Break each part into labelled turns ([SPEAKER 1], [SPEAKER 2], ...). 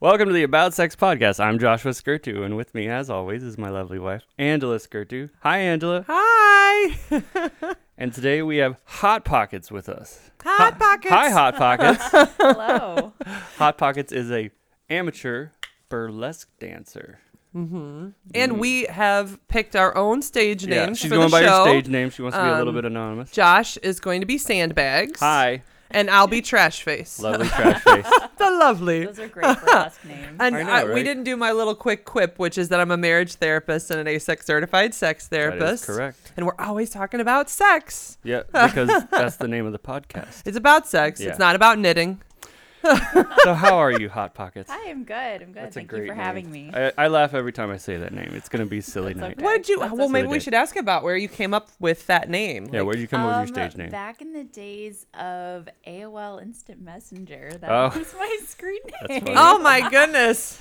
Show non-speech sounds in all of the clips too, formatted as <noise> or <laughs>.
[SPEAKER 1] Welcome to the About Sex podcast. I'm Joshua Skirtu, and with me, as always, is my lovely wife, Angela Skirtu. Hi, Angela.
[SPEAKER 2] Hi.
[SPEAKER 1] And today we have Hot Pockets with us.
[SPEAKER 2] Hot Pockets.
[SPEAKER 1] Hi,
[SPEAKER 2] <laughs>
[SPEAKER 1] Hot Pockets.
[SPEAKER 3] Hello. <laughs>
[SPEAKER 1] Hot Pockets is a amateur burlesque dancer.
[SPEAKER 2] And we have picked our own stage names
[SPEAKER 1] she's
[SPEAKER 2] for
[SPEAKER 1] going
[SPEAKER 2] the
[SPEAKER 1] by
[SPEAKER 2] show.
[SPEAKER 1] her stage name. She wants to be a little
[SPEAKER 2] Um,
[SPEAKER 1] bit anonymous.
[SPEAKER 2] Josh is going to be Sandbags. <laughs>
[SPEAKER 1] Hi,
[SPEAKER 2] And I'll be Trash Face.
[SPEAKER 1] lovely trash face.
[SPEAKER 2] the lovely.
[SPEAKER 3] Those are great <laughs> burlesque names.
[SPEAKER 2] And
[SPEAKER 1] I know,
[SPEAKER 2] we
[SPEAKER 1] right?
[SPEAKER 2] didn't do my little quick quip, which is that I'm a marriage therapist and an ASEX certified sex
[SPEAKER 1] That
[SPEAKER 2] therapist.
[SPEAKER 1] is correct.
[SPEAKER 2] And we're always talking about sex.
[SPEAKER 1] Yeah,
[SPEAKER 2] <laughs>
[SPEAKER 1] because that's the name of the podcast.
[SPEAKER 2] It's about sex.
[SPEAKER 1] Yeah.
[SPEAKER 2] It's not about knitting.
[SPEAKER 1] So how are you, Hot Pockets?
[SPEAKER 3] Hi, I'm good. I'm good.
[SPEAKER 1] That's a
[SPEAKER 3] Thank
[SPEAKER 1] great
[SPEAKER 3] you for
[SPEAKER 1] name.
[SPEAKER 3] having me.
[SPEAKER 1] I, I laugh every time I say that name. It's gonna be silly
[SPEAKER 3] That's
[SPEAKER 1] night.
[SPEAKER 3] okay.
[SPEAKER 2] What did you?
[SPEAKER 3] That's
[SPEAKER 2] well,
[SPEAKER 3] us.
[SPEAKER 2] maybe we
[SPEAKER 1] Really
[SPEAKER 2] should ask about where you came up with that name.
[SPEAKER 1] Yeah,
[SPEAKER 2] Like,
[SPEAKER 1] where'd you come up with your
[SPEAKER 3] Um,
[SPEAKER 1] stage name?
[SPEAKER 3] Back in the days of AOL Instant Messenger, that
[SPEAKER 1] Oh.
[SPEAKER 3] was my <laughs> screen name.
[SPEAKER 1] funny.
[SPEAKER 2] oh my goodness!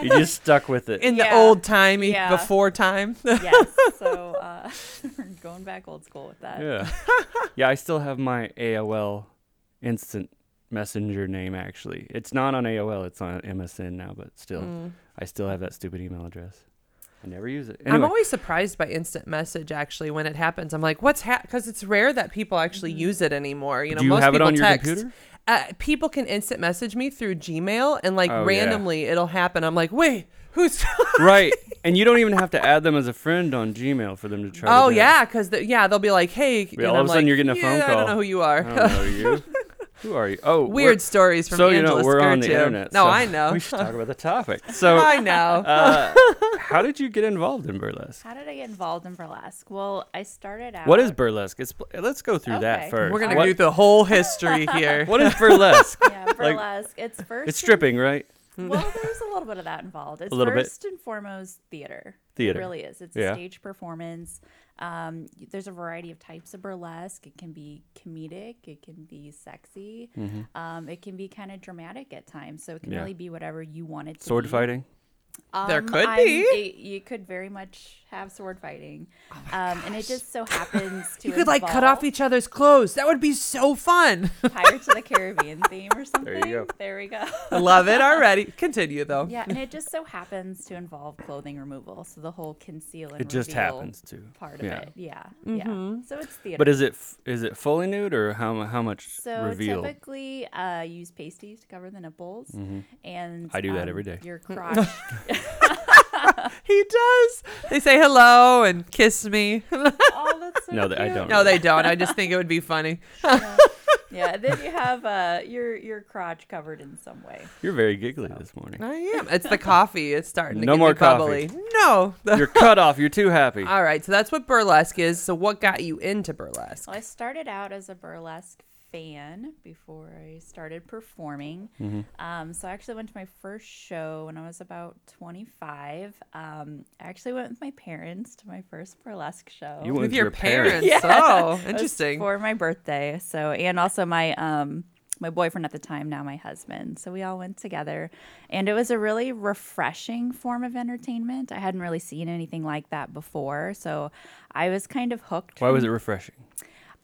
[SPEAKER 1] you just stuck with it.
[SPEAKER 2] In the
[SPEAKER 3] Yeah.
[SPEAKER 2] old timey,
[SPEAKER 3] Yeah.
[SPEAKER 2] before time.
[SPEAKER 3] <laughs> yes. <laughs> So uh, we're going back old school with that.
[SPEAKER 1] Yeah. <laughs> yeah, I still have my AOL instant messenger name actually. It's not on AOL, it's on MSN now, but still
[SPEAKER 2] Mm.
[SPEAKER 1] I still have that stupid email address. I never use it.
[SPEAKER 2] I'm
[SPEAKER 1] Anyway,
[SPEAKER 2] always surprised by instant message actually when it happens. I'm like, what's happening? Because it's rare that people actually use it anymore. You know,
[SPEAKER 1] do you
[SPEAKER 2] most
[SPEAKER 1] have it
[SPEAKER 2] people
[SPEAKER 1] on your
[SPEAKER 2] text.
[SPEAKER 1] computer?
[SPEAKER 2] Uh, people can instant message me through Gmail and like
[SPEAKER 1] Oh, yeah.
[SPEAKER 2] randomly it'll happen. I'm like, wait, who's? <laughs>
[SPEAKER 1] right. And you don't even have to add them as a friend on Gmail for them to try to
[SPEAKER 2] oh
[SPEAKER 1] do it.
[SPEAKER 2] yeah, because the, yeah, they'll be like, hey, and
[SPEAKER 1] all
[SPEAKER 2] I'm
[SPEAKER 1] of a sudden
[SPEAKER 2] like,
[SPEAKER 1] you're getting a phone
[SPEAKER 2] yeah, I
[SPEAKER 1] call.
[SPEAKER 2] don't know who you
[SPEAKER 1] I
[SPEAKER 2] are.
[SPEAKER 1] don't know you. Who are you? Oh, we're-
[SPEAKER 2] <laughs> Weird stories from
[SPEAKER 1] so you
[SPEAKER 2] Angela
[SPEAKER 1] know we're on the
[SPEAKER 2] Skirtu.
[SPEAKER 1] internet.
[SPEAKER 2] No,
[SPEAKER 1] so
[SPEAKER 2] I know.
[SPEAKER 1] We should talk about the
[SPEAKER 2] <laughs>
[SPEAKER 1] topic. So,
[SPEAKER 2] I
[SPEAKER 1] <laughs>
[SPEAKER 2] know.
[SPEAKER 1] uh, how did you get involved in burlesque?
[SPEAKER 3] How did I get involved in burlesque? Well, I started out.
[SPEAKER 1] What is burlesque? It's, let's go through that
[SPEAKER 3] Okay.
[SPEAKER 1] 1st
[SPEAKER 2] we're gonna
[SPEAKER 1] what,
[SPEAKER 2] do the
[SPEAKER 1] <laughs>
[SPEAKER 2] whole history here.
[SPEAKER 1] What is burlesque? <laughs>
[SPEAKER 3] Yeah, burlesque. it's first.
[SPEAKER 1] it's stripping, right? <laughs>
[SPEAKER 3] well, there's a little bit of that involved. It's
[SPEAKER 1] Mm. A little bit.
[SPEAKER 3] first and foremost theater.
[SPEAKER 1] Theater.
[SPEAKER 3] It really is. It's
[SPEAKER 1] Yeah.
[SPEAKER 3] a stage performance. Um, y- there's a variety of types of burlesque. It can be comedic, it can be sexy, um, it can be kind of dramatic at times. So it can
[SPEAKER 1] Mm-hmm. Yeah.
[SPEAKER 3] really be whatever you want it to
[SPEAKER 1] Sword
[SPEAKER 3] be.
[SPEAKER 1] fighting.
[SPEAKER 2] There
[SPEAKER 3] Um,
[SPEAKER 2] could
[SPEAKER 3] I'm-
[SPEAKER 2] be.
[SPEAKER 3] it- you could very much have sword fighting.
[SPEAKER 1] Oh
[SPEAKER 3] um, and it just so happens
[SPEAKER 1] <laughs>
[SPEAKER 3] to
[SPEAKER 2] you could like cut off
[SPEAKER 3] involve
[SPEAKER 2] each other's clothes. That would be
[SPEAKER 1] <laughs>
[SPEAKER 2] so fun. <laughs>
[SPEAKER 3] Pirates of the Caribbean theme or something.
[SPEAKER 1] you go.
[SPEAKER 3] There we go.
[SPEAKER 2] Love it already. Continue though.
[SPEAKER 3] Yeah, and it just so happens to involve clothing removal, so the whole conceal and
[SPEAKER 1] It just
[SPEAKER 3] reveal
[SPEAKER 1] happens to.
[SPEAKER 3] part of
[SPEAKER 1] Yeah.
[SPEAKER 3] it. Yeah, yeah. So it's theater.
[SPEAKER 1] But is it f- is it fully nude or how mu- how much
[SPEAKER 3] so
[SPEAKER 1] reveal?
[SPEAKER 3] typically, uh, use pasties to cover the nipples, and
[SPEAKER 1] Mm-hmm.
[SPEAKER 3] um,
[SPEAKER 1] I do that every day.
[SPEAKER 3] Your crotch.
[SPEAKER 2] He does. They say hello and kiss me.
[SPEAKER 3] oh, that's so
[SPEAKER 1] No, that I
[SPEAKER 3] cute.
[SPEAKER 1] don't.
[SPEAKER 2] no, they don't. I just think it would be funny.
[SPEAKER 3] Yeah, then you have uh, your your crotch covered in some way.
[SPEAKER 1] You're very giggly this morning.
[SPEAKER 2] <laughs> I am. It's the coffee. It's starting to
[SPEAKER 1] No
[SPEAKER 2] get
[SPEAKER 1] more
[SPEAKER 2] me bubbly. No.
[SPEAKER 1] You're cut off. You're too happy.
[SPEAKER 2] All right. So that's what burlesque is. So what got you into burlesque?
[SPEAKER 3] Well, I started out as a burlesque fan before I started performing.
[SPEAKER 1] Mm-hmm.
[SPEAKER 3] Um, so I actually went to my first show when I was about 25. Um, I actually went with my parents to my first burlesque show.
[SPEAKER 1] You went
[SPEAKER 2] With
[SPEAKER 1] With
[SPEAKER 2] your,
[SPEAKER 1] your
[SPEAKER 2] parents.
[SPEAKER 1] parents.
[SPEAKER 2] Oh,
[SPEAKER 3] It was
[SPEAKER 2] interesting.
[SPEAKER 3] for my birthday. So and also my um my boyfriend at the time, now my husband. So we all went together, and it was a really refreshing form of entertainment. I hadn't really seen anything like that before, so I was kind of hooked.
[SPEAKER 1] Why was it refreshing?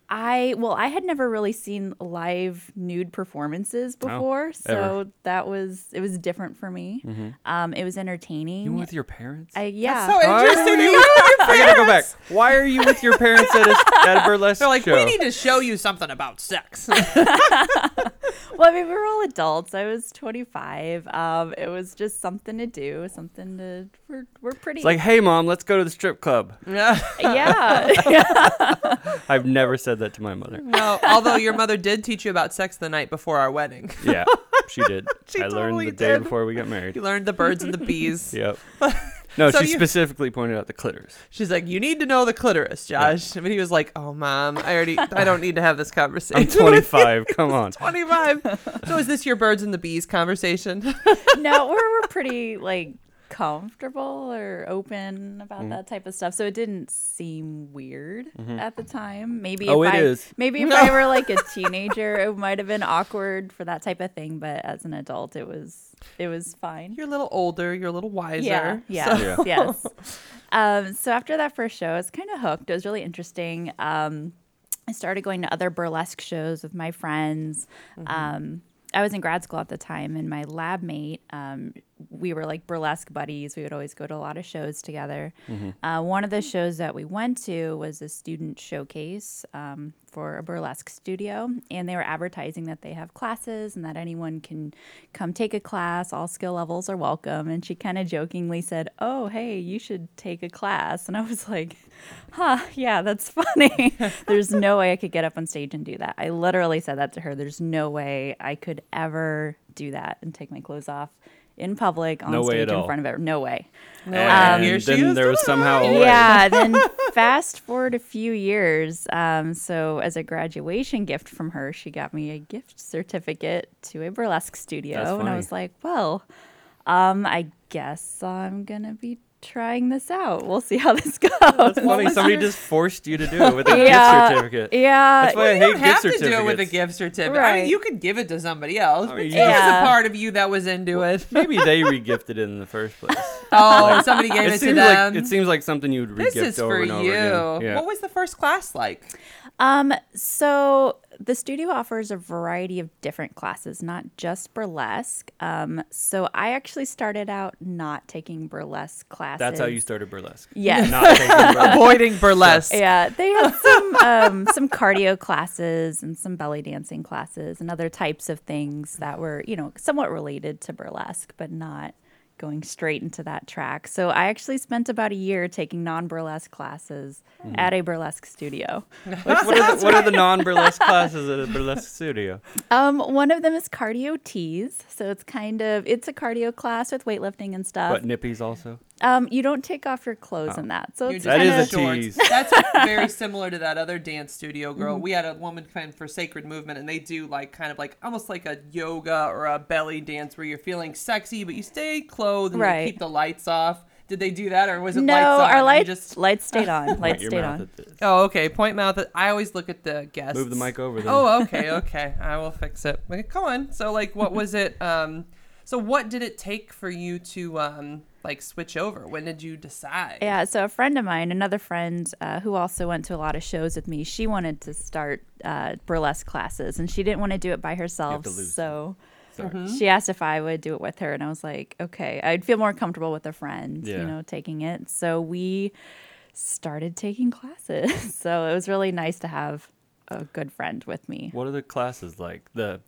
[SPEAKER 3] I well, I had never really seen live nude performances before, so
[SPEAKER 1] Oh, ever. Mm-hmm.
[SPEAKER 3] that was it was different for me. Um, it was entertaining.
[SPEAKER 1] You went with your parents.
[SPEAKER 3] I, yeah,
[SPEAKER 2] So
[SPEAKER 1] Why
[SPEAKER 2] interesting.
[SPEAKER 1] were
[SPEAKER 2] that
[SPEAKER 1] you-
[SPEAKER 2] you-
[SPEAKER 1] <laughs> I gotta go back. Why are you with your parents at a, at a burlesque
[SPEAKER 2] They're like,
[SPEAKER 1] show?
[SPEAKER 2] we need to show you something about sex.
[SPEAKER 3] well, I mean, we were all adults. I was 25. Um, it was just something to do, something to. We're, we're pretty.
[SPEAKER 1] it's like, <laughs> hey mom, let's go to the strip club.
[SPEAKER 2] no.
[SPEAKER 3] yeah. <laughs>
[SPEAKER 1] I've never said that to my mother.
[SPEAKER 2] <laughs> Although your mother did teach you about sex the night before our wedding. <laughs>
[SPEAKER 1] Yeah, she did.
[SPEAKER 2] She
[SPEAKER 1] I learned
[SPEAKER 2] totally
[SPEAKER 1] the day
[SPEAKER 2] did.
[SPEAKER 1] before we got married.
[SPEAKER 2] You learned the birds and the bees. <laughs>
[SPEAKER 1] Yep. No,
[SPEAKER 2] So
[SPEAKER 1] she
[SPEAKER 2] you-
[SPEAKER 1] specifically pointed out the
[SPEAKER 2] <laughs>
[SPEAKER 1] clitters.
[SPEAKER 2] She's like, you need to know the clitoris, Josh. But he was like, oh, mom, I already, I don't need to have this conversation. <laughs>
[SPEAKER 1] I'm 25. Come on.
[SPEAKER 3] <laughs>
[SPEAKER 2] 25. so is this your birds and the bees conversation? <laughs>
[SPEAKER 3] no, we're, we're pretty like comfortable or open about
[SPEAKER 1] Mm-hmm.
[SPEAKER 3] that type of stuff. So it didn't seem weird at the time. Maybe
[SPEAKER 1] Oh,
[SPEAKER 3] if
[SPEAKER 1] it
[SPEAKER 3] I,
[SPEAKER 1] is.
[SPEAKER 3] Maybe if I were like a teenager, it might have been awkward for that type of thing. But as an adult, it was it was fine.
[SPEAKER 2] You're a little older. You're a little wiser.
[SPEAKER 3] Yeah,
[SPEAKER 2] So-
[SPEAKER 3] yeah,
[SPEAKER 1] Yeah.
[SPEAKER 3] yes. Um, so after that first show, I was kind of hooked. It was really interesting. Um, I started going to other burlesque shows with my friends. Um, I was in grad school at the time, and my lab mate, um, we were like burlesque buddies. We would always go to a lot of shows together. Uh, one of the shows that we went to was a student showcase um, for a burlesque studio, and they were advertising that they have classes and that anyone can come take a class. All skill levels are welcome. And she kind of jokingly said, "Oh, hey, you should take a class." And I was like, "Huh, yeah, that's <laughs> funny." There's no way I could get up on stage and do that. I literally said that to her. There's no way I could ever do that and take my clothes off in public on
[SPEAKER 1] No way
[SPEAKER 3] stage
[SPEAKER 1] at all.
[SPEAKER 3] in front of everyone. No way.
[SPEAKER 1] And
[SPEAKER 2] Here she
[SPEAKER 1] then
[SPEAKER 2] is
[SPEAKER 1] there was
[SPEAKER 2] doing
[SPEAKER 1] somehow a way. <laughs>
[SPEAKER 3] Yeah. Then fast forward a few years. Um, so as a graduation gift from her, she got me a gift certificate to a burlesque
[SPEAKER 1] That's
[SPEAKER 3] studio, and
[SPEAKER 1] funny.
[SPEAKER 3] I was like, well, um, I guess I'm gonna be trying this out. We'll see how this <laughs> goes.
[SPEAKER 2] <laughs>
[SPEAKER 1] Funny, somebody just forced you to do it with a
[SPEAKER 3] Yeah.
[SPEAKER 1] gift certificate.
[SPEAKER 3] yeah.
[SPEAKER 1] That's why I
[SPEAKER 2] You don't
[SPEAKER 1] hate
[SPEAKER 2] have
[SPEAKER 1] gift
[SPEAKER 2] to
[SPEAKER 1] certificates.
[SPEAKER 2] do it with a gift certificate. I mean,
[SPEAKER 3] Right.
[SPEAKER 2] you could give it to somebody else.
[SPEAKER 1] I mean,
[SPEAKER 2] but
[SPEAKER 1] you
[SPEAKER 2] There was
[SPEAKER 3] Yeah.
[SPEAKER 2] a part of you that was into it. <laughs>
[SPEAKER 1] Maybe they regifted it in the first place.
[SPEAKER 2] Oh, somebody gave it,
[SPEAKER 1] it
[SPEAKER 2] to
[SPEAKER 1] seems
[SPEAKER 2] them.
[SPEAKER 1] like it seems like something you would regift
[SPEAKER 2] this is
[SPEAKER 1] over
[SPEAKER 2] for
[SPEAKER 1] and over
[SPEAKER 2] you.
[SPEAKER 1] again. Yeah.
[SPEAKER 2] What was the first class like?
[SPEAKER 3] Um, so the studio offers a variety of different classes, not just burlesque. Um, so I actually started out not taking burlesque classes.
[SPEAKER 1] That's how you started
[SPEAKER 2] <laughs>
[SPEAKER 1] burlesque.
[SPEAKER 3] Yes.
[SPEAKER 1] Not taking burlesque.
[SPEAKER 2] Avoiding burlesque.
[SPEAKER 3] Yeah, they had some um, <laughs> some cardio classes and some belly dancing classes and other types of things that were you know somewhat related to burlesque, but not going straight into that track. So I actually spent about a year taking non burlesque classes
[SPEAKER 1] Hmm.
[SPEAKER 3] at a burlesque studio.
[SPEAKER 1] what, are the, what are the
[SPEAKER 2] <laughs>
[SPEAKER 1] non-burlesque classes at a burlesque studio?
[SPEAKER 3] Um, one of them is cardio tees, so it's kind of it's a cardio class with weightlifting and stuff.
[SPEAKER 1] But nippies also.
[SPEAKER 3] um, you don't take off your clothes in that, so
[SPEAKER 2] You're
[SPEAKER 3] it's
[SPEAKER 2] just
[SPEAKER 1] That
[SPEAKER 2] kinda
[SPEAKER 1] is a
[SPEAKER 2] shorts.
[SPEAKER 1] tease.
[SPEAKER 2] <laughs> That's
[SPEAKER 3] <laughs>
[SPEAKER 2] very similar to that other dance studio girl.
[SPEAKER 3] Mm-hmm.
[SPEAKER 2] We had a woman come in for Sacred Movement, and they do like kind of like almost like a yoga or a belly dance where you're feeling sexy, but you stay clothed and you
[SPEAKER 3] Right.
[SPEAKER 2] keep the lights off. Did they do that, or was it
[SPEAKER 3] no,
[SPEAKER 2] lights on?
[SPEAKER 3] our
[SPEAKER 2] and
[SPEAKER 3] lights
[SPEAKER 2] you Just...
[SPEAKER 3] lights
[SPEAKER 1] <laughs>
[SPEAKER 3] stayed on. Lights
[SPEAKER 1] Your
[SPEAKER 3] stayed
[SPEAKER 1] mouth
[SPEAKER 3] on.
[SPEAKER 1] at this.
[SPEAKER 2] Oh, okay. Point mouth. I always look at the guests.
[SPEAKER 1] Move the mic over there.
[SPEAKER 2] Oh, okay, okay. <laughs> I will fix it. Okay, Come on. So, like, what was it? Um, so, what did it take for you to um, like switch over? When did you decide?
[SPEAKER 3] Yeah, so a friend of mine, another friend uh, who also went to a lot of shows with me, she wanted to start uh, burlesque classes and she didn't want to do it by herself.
[SPEAKER 1] to lose Hmm?
[SPEAKER 3] So
[SPEAKER 1] Sorry.
[SPEAKER 3] she asked if I would do it with her. And I was like, okay, I'd feel more comfortable with a friend,
[SPEAKER 1] Yeah.
[SPEAKER 3] you know, taking it. So we started taking classes. <laughs> so it was really nice to have a good friend with me.
[SPEAKER 1] What are the classes like? The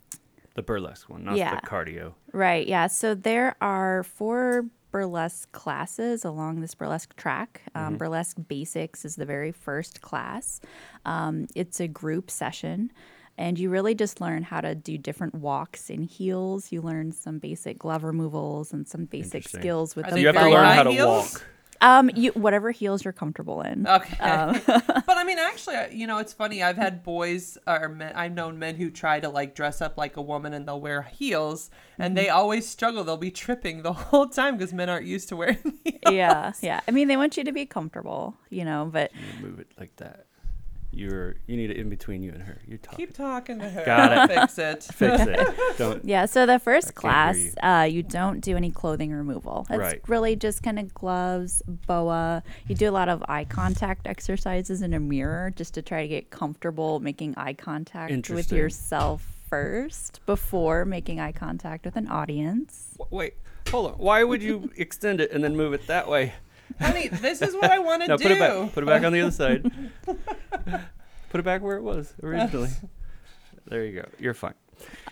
[SPEAKER 1] the burlesque one, not
[SPEAKER 3] Yeah.
[SPEAKER 1] the cardio.
[SPEAKER 3] Right. Yeah. So there are four burlesque classes along this burlesque track. Um,
[SPEAKER 1] Mm-hmm.
[SPEAKER 3] Burlesque Basics is the very first class. Um, it's a group session. And you really just learn how to do different walks in heels. You learn some basic glove removals and some basic
[SPEAKER 1] Interesting.
[SPEAKER 3] skills with
[SPEAKER 2] Are
[SPEAKER 3] the
[SPEAKER 2] they
[SPEAKER 1] You have to
[SPEAKER 2] very
[SPEAKER 1] learn
[SPEAKER 2] high
[SPEAKER 1] how to
[SPEAKER 2] heels?
[SPEAKER 1] walk.
[SPEAKER 3] Um, you, whatever heels you're comfortable
[SPEAKER 2] <laughs>
[SPEAKER 3] in.
[SPEAKER 2] Okay. but I mean, actually, I- you know, it's funny. I've had boys or men, I've known men who try to like dress up like a woman and they'll wear heels and they always struggle. They'll be tripping the <laughs> whole time because men aren't used to wearing <laughs> heels.
[SPEAKER 3] yeah. Yeah. I mean, they want you to be comfortable, you know, but
[SPEAKER 1] You move it like that. You're you need it in between you and her. You're talking. <laughs>
[SPEAKER 2] Keep talking to her.
[SPEAKER 1] Got
[SPEAKER 2] I'll Fix it.
[SPEAKER 1] <laughs> Fix it. Don't.
[SPEAKER 3] <laughs> Yeah, so the first
[SPEAKER 1] can't
[SPEAKER 3] class,
[SPEAKER 1] hear
[SPEAKER 3] uh, you don't do any clothing removal. It's
[SPEAKER 1] Right.
[SPEAKER 3] really just kind of gloves, boa. You do a lot of eye contact exercises in a mirror just to try to get comfortable making eye contact with
[SPEAKER 1] Interesting.
[SPEAKER 3] yourself first before making eye contact with an audience.
[SPEAKER 1] W- Wait. Hold on. Why would
[SPEAKER 3] <laughs>
[SPEAKER 1] you extend it and then move it that way?
[SPEAKER 2] Honey, this is what I want to
[SPEAKER 1] No,
[SPEAKER 2] do.
[SPEAKER 1] put it back. Put it back on the other
[SPEAKER 3] <laughs>
[SPEAKER 1] side. put it back where it was originally. There you go. You're fine.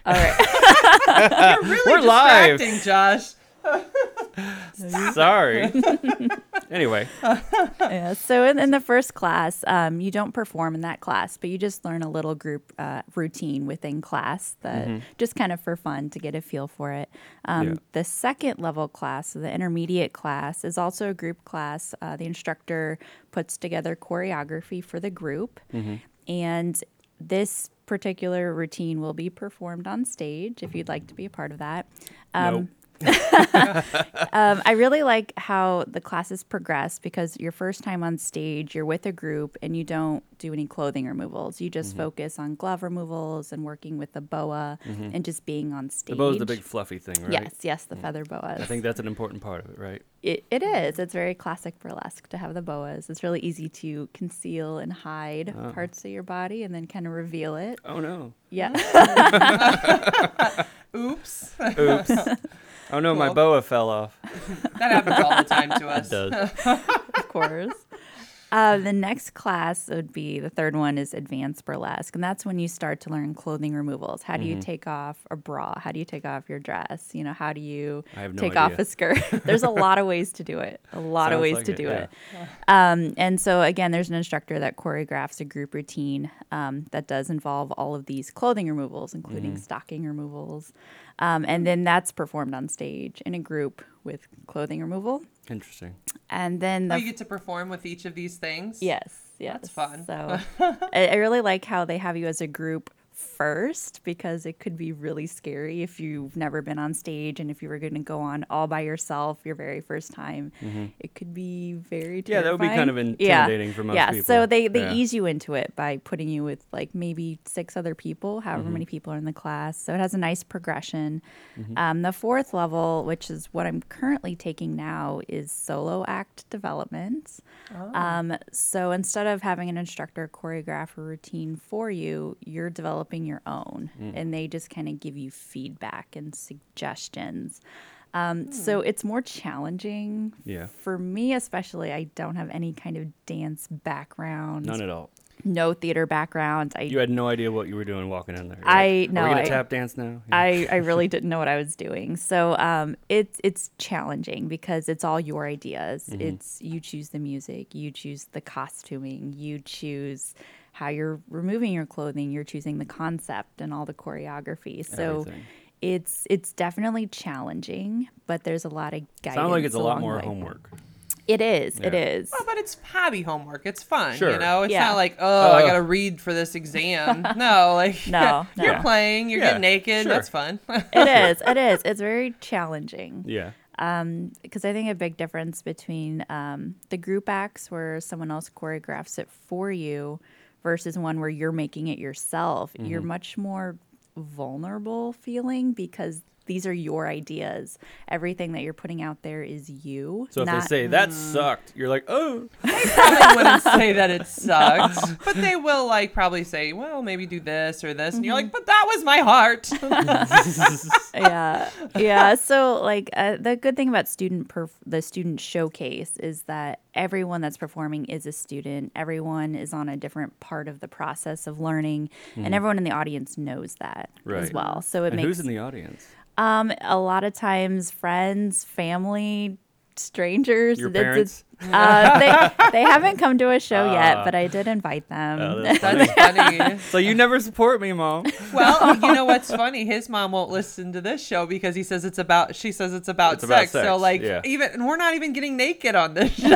[SPEAKER 3] All right.
[SPEAKER 2] <laughs> You're
[SPEAKER 1] <laughs>
[SPEAKER 2] really
[SPEAKER 1] We're live.
[SPEAKER 2] distracting, Josh.
[SPEAKER 1] Sorry. <laughs> anyway,
[SPEAKER 3] yeah, so in, in the first class, um, you don't perform in that class, but you just learn a little group uh, routine within class that just kind of for fun to get a feel for it. Um,
[SPEAKER 1] Yeah.
[SPEAKER 3] The second level class, so the intermediate class, is also a group class. Uh, the instructor puts together choreography for the group, and this particular routine will be performed on stage if you'd like to be a part of that. Um,
[SPEAKER 1] Nope.
[SPEAKER 3] um, I really like how the classes progress because your first time on stage, you're with a group and you don't do any clothing removals. You
[SPEAKER 1] Mm-hmm.
[SPEAKER 3] just focus on glove removals and working with the boa and just being on stage.
[SPEAKER 1] Mm-hmm. The bow's the big fluffy thing, right? Mm.
[SPEAKER 3] Yes, yes, the feather boas.
[SPEAKER 1] I think that's an important part of it, right?
[SPEAKER 3] It, it is. It's very classic burlesque to have the boas. It's really easy to conceal and hide parts of your body and then kind of reveal it.
[SPEAKER 1] Oh no.
[SPEAKER 3] <laughs> Yeah.
[SPEAKER 2] Oops.
[SPEAKER 1] Oops. oh no, my
[SPEAKER 2] Cool.
[SPEAKER 1] boa fell off.
[SPEAKER 2] That happens all the time to
[SPEAKER 1] <laughs>
[SPEAKER 2] us.
[SPEAKER 1] Does.
[SPEAKER 3] of course. Uh, the next class would be the third one is advanced burlesque, and that's when you start to learn clothing removals. How do
[SPEAKER 1] Mm-hmm.
[SPEAKER 3] you take off a bra? How do you take off your dress? You know, how do you
[SPEAKER 1] I have no
[SPEAKER 3] take off
[SPEAKER 1] idea.
[SPEAKER 3] a skirt? <laughs> There's a lot of ways to do it. A lot of
[SPEAKER 1] Sounds
[SPEAKER 3] ways
[SPEAKER 1] like
[SPEAKER 3] to
[SPEAKER 1] it,
[SPEAKER 3] do
[SPEAKER 1] yeah.
[SPEAKER 3] it. Um, and so again, there's an instructor that choreographs a group routine um, that does involve all of these clothing removals, including
[SPEAKER 1] Mm-hmm.
[SPEAKER 3] stocking removals, um, and then that's performed on stage in a group with clothing removal,
[SPEAKER 1] Interesting.
[SPEAKER 3] and then
[SPEAKER 2] Oh,
[SPEAKER 3] the
[SPEAKER 2] you get to perform with each of these things.
[SPEAKER 3] Yes, yes.
[SPEAKER 2] fun.
[SPEAKER 3] So I, I really like how they have you as a group first because it could be really scary if you've never been on stage and if you were going to go on all by yourself your very first time. It could be very
[SPEAKER 1] Mm-hmm. Yeah, that would be kind of
[SPEAKER 3] terrifying.
[SPEAKER 1] intimidating for most
[SPEAKER 3] yeah.
[SPEAKER 1] people.
[SPEAKER 3] so they, they
[SPEAKER 1] Yeah.
[SPEAKER 3] ease you into it by putting you with like maybe six other people,
[SPEAKER 1] Mm-hmm.
[SPEAKER 3] however many people are in the class. So it has a nice progression.
[SPEAKER 1] Mm-hmm.
[SPEAKER 3] Um, the fourth level, which is what I'm currently taking now, is solo act development. Um, so instead of having an instructor choreograph a routine for you, you're developing your own,
[SPEAKER 1] Mm.
[SPEAKER 3] and they just kind of give you feedback and suggestions. Um, So it's more challenging
[SPEAKER 1] Yeah.
[SPEAKER 3] for me, especially. I don't have any kind of dance background,
[SPEAKER 1] None at all.
[SPEAKER 3] no theater background. I
[SPEAKER 1] You had no idea what you were doing walking in there. You're
[SPEAKER 3] I-
[SPEAKER 1] like,
[SPEAKER 3] no,
[SPEAKER 1] Are we gonna
[SPEAKER 3] I-
[SPEAKER 1] tap dance now? Yeah.
[SPEAKER 3] <laughs> I, I really didn't know what I was doing. So um, it's it's challenging because it's all your ideas.
[SPEAKER 1] Mm-hmm.
[SPEAKER 3] It's you choose the music, you choose the costuming, you choose how you're removing your clothing, you're choosing the concept and all the choreography. So
[SPEAKER 1] Everything.
[SPEAKER 3] it's it's definitely challenging, but there's a lot of guidance.
[SPEAKER 1] Sounds like it's a lot
[SPEAKER 3] along the
[SPEAKER 1] more
[SPEAKER 3] way.
[SPEAKER 1] homework.
[SPEAKER 3] It is. It
[SPEAKER 1] Yeah. <laughs>
[SPEAKER 3] is.
[SPEAKER 2] Oh, but it's hobby homework. It's fun.
[SPEAKER 1] Sure.
[SPEAKER 2] You know, it's
[SPEAKER 3] Yeah.
[SPEAKER 2] not like, oh, I
[SPEAKER 1] Oh.
[SPEAKER 2] got to read for this exam. <laughs> No, like,
[SPEAKER 3] No,
[SPEAKER 2] you're
[SPEAKER 3] no.
[SPEAKER 2] playing, you're
[SPEAKER 1] Yeah,
[SPEAKER 2] getting naked.
[SPEAKER 1] sure.
[SPEAKER 2] That's
[SPEAKER 1] <laughs>
[SPEAKER 2] fun. <laughs>
[SPEAKER 3] It is. It is. It's very challenging.
[SPEAKER 1] Yeah.
[SPEAKER 3] because I think a big difference between um, the group acts where someone else choreographs it for you versus one where you're making it yourself. You're
[SPEAKER 1] Mm-hmm.
[SPEAKER 3] much more vulnerable feeling because these are your ideas. Everything that you're putting out there is you.
[SPEAKER 1] So if
[SPEAKER 3] not- mm.
[SPEAKER 1] they say that sucked, you're like, oh,
[SPEAKER 2] Probably wouldn't say that it
[SPEAKER 1] <laughs>
[SPEAKER 2] sucks, but they will like probably say, well, maybe do this or this, and you're
[SPEAKER 1] Mm-hmm.
[SPEAKER 2] like, but that was my
[SPEAKER 1] <laughs>
[SPEAKER 2] heart.
[SPEAKER 3] yeah yeah so like uh, the good thing about student perf- the student showcase is that everyone that's performing is a student everyone is on a different part of the process of learning and everyone in the audience knows that as
[SPEAKER 1] Mm-hmm. Right.
[SPEAKER 3] well so it
[SPEAKER 1] and
[SPEAKER 3] makes
[SPEAKER 1] who's in the audience?
[SPEAKER 3] um a lot of times friends family strangers
[SPEAKER 1] Your
[SPEAKER 3] It's- it's-
[SPEAKER 1] parents? Ah.
[SPEAKER 3] uh, they, they haven't come to a show yet but i did invite them <laughs>
[SPEAKER 1] Oh, that's funny.
[SPEAKER 2] That's
[SPEAKER 1] <laughs>
[SPEAKER 2] funny.
[SPEAKER 1] so you never support me, mom.
[SPEAKER 2] Well, you know what's funny? His mom won't listen to this show because he says it's about. She says it's about,
[SPEAKER 1] It's about
[SPEAKER 2] sex. So
[SPEAKER 1] sex,
[SPEAKER 2] like,
[SPEAKER 1] yeah.
[SPEAKER 2] even and we're not even getting naked
[SPEAKER 1] <laughs>
[SPEAKER 2] on this show. <laughs> so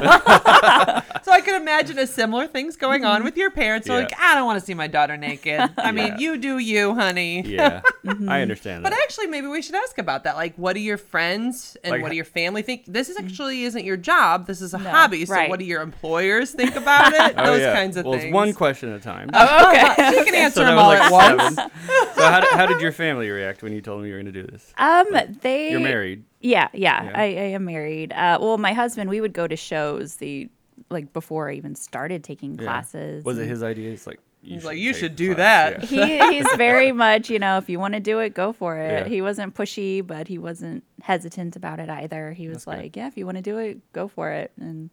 [SPEAKER 2] I could imagine a similar things going on with your parents. They're
[SPEAKER 1] Mm-hmm. Yeah.
[SPEAKER 2] Like, I don't want to see my daughter naked.
[SPEAKER 1] <laughs>
[SPEAKER 2] I mean,
[SPEAKER 1] Yeah.
[SPEAKER 2] you do you, honey.
[SPEAKER 1] Yeah,
[SPEAKER 3] Mm-hmm.
[SPEAKER 1] I understand
[SPEAKER 2] But
[SPEAKER 1] that.
[SPEAKER 2] actually, maybe we should ask about that. Like, what do your friends and
[SPEAKER 1] Like,
[SPEAKER 2] what
[SPEAKER 1] h- Mm.
[SPEAKER 2] do your family think? This is actually isn't your job. This is a hobby. So,
[SPEAKER 3] right.
[SPEAKER 2] what do your employers think about
[SPEAKER 1] <laughs>
[SPEAKER 2] it?
[SPEAKER 1] Oh,
[SPEAKER 2] Those
[SPEAKER 1] yeah.
[SPEAKER 2] kinds of
[SPEAKER 1] well,
[SPEAKER 2] things. Uh,
[SPEAKER 1] it's
[SPEAKER 2] <laughs>
[SPEAKER 1] one question at a time.
[SPEAKER 2] Okay, she can
[SPEAKER 1] <laughs>
[SPEAKER 2] answer
[SPEAKER 1] so that
[SPEAKER 2] them all
[SPEAKER 1] was like
[SPEAKER 2] at once.
[SPEAKER 1] seven. <laughs> so how, did- how did your family react when you told them you were going to do this?
[SPEAKER 3] <laughs> um they
[SPEAKER 1] You're married.
[SPEAKER 3] Yeah, yeah,
[SPEAKER 1] Yeah.
[SPEAKER 3] I, I am married. Uh, well, my husband, we would go to shows the like before I even started taking
[SPEAKER 1] Yeah.
[SPEAKER 3] classes.
[SPEAKER 1] Was it
[SPEAKER 3] and
[SPEAKER 1] his idea? It's like you
[SPEAKER 2] He's like, "You
[SPEAKER 1] take
[SPEAKER 2] should
[SPEAKER 1] the
[SPEAKER 2] do
[SPEAKER 1] class."
[SPEAKER 2] that.
[SPEAKER 1] Yeah.
[SPEAKER 3] He he's
[SPEAKER 1] <laughs>
[SPEAKER 3] very much you know if you want to do it, go for it.
[SPEAKER 1] Yeah.
[SPEAKER 3] He wasn't pushy, but he wasn't hesitant about it either. He
[SPEAKER 1] That's
[SPEAKER 3] was
[SPEAKER 1] good.
[SPEAKER 3] like, yeah, if you want to do it, go for it. And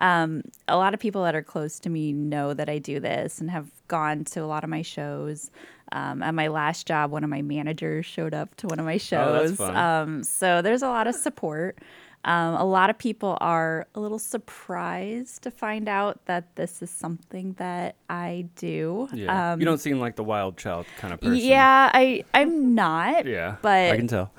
[SPEAKER 3] um, a lot of people that are close to me know that I do this and have gone to a lot of my shows. Um, at my last job, one of my managers showed up to one of my shows.
[SPEAKER 1] Oh, fun.
[SPEAKER 3] Um, so there's a lot of support. Um, a lot of people are a little surprised to find out that this is something that I do.
[SPEAKER 1] Yeah. you don't seem like the wild child kind of person.
[SPEAKER 3] Yeah, I I'm not.
[SPEAKER 1] Yeah.
[SPEAKER 3] but
[SPEAKER 1] I can tell.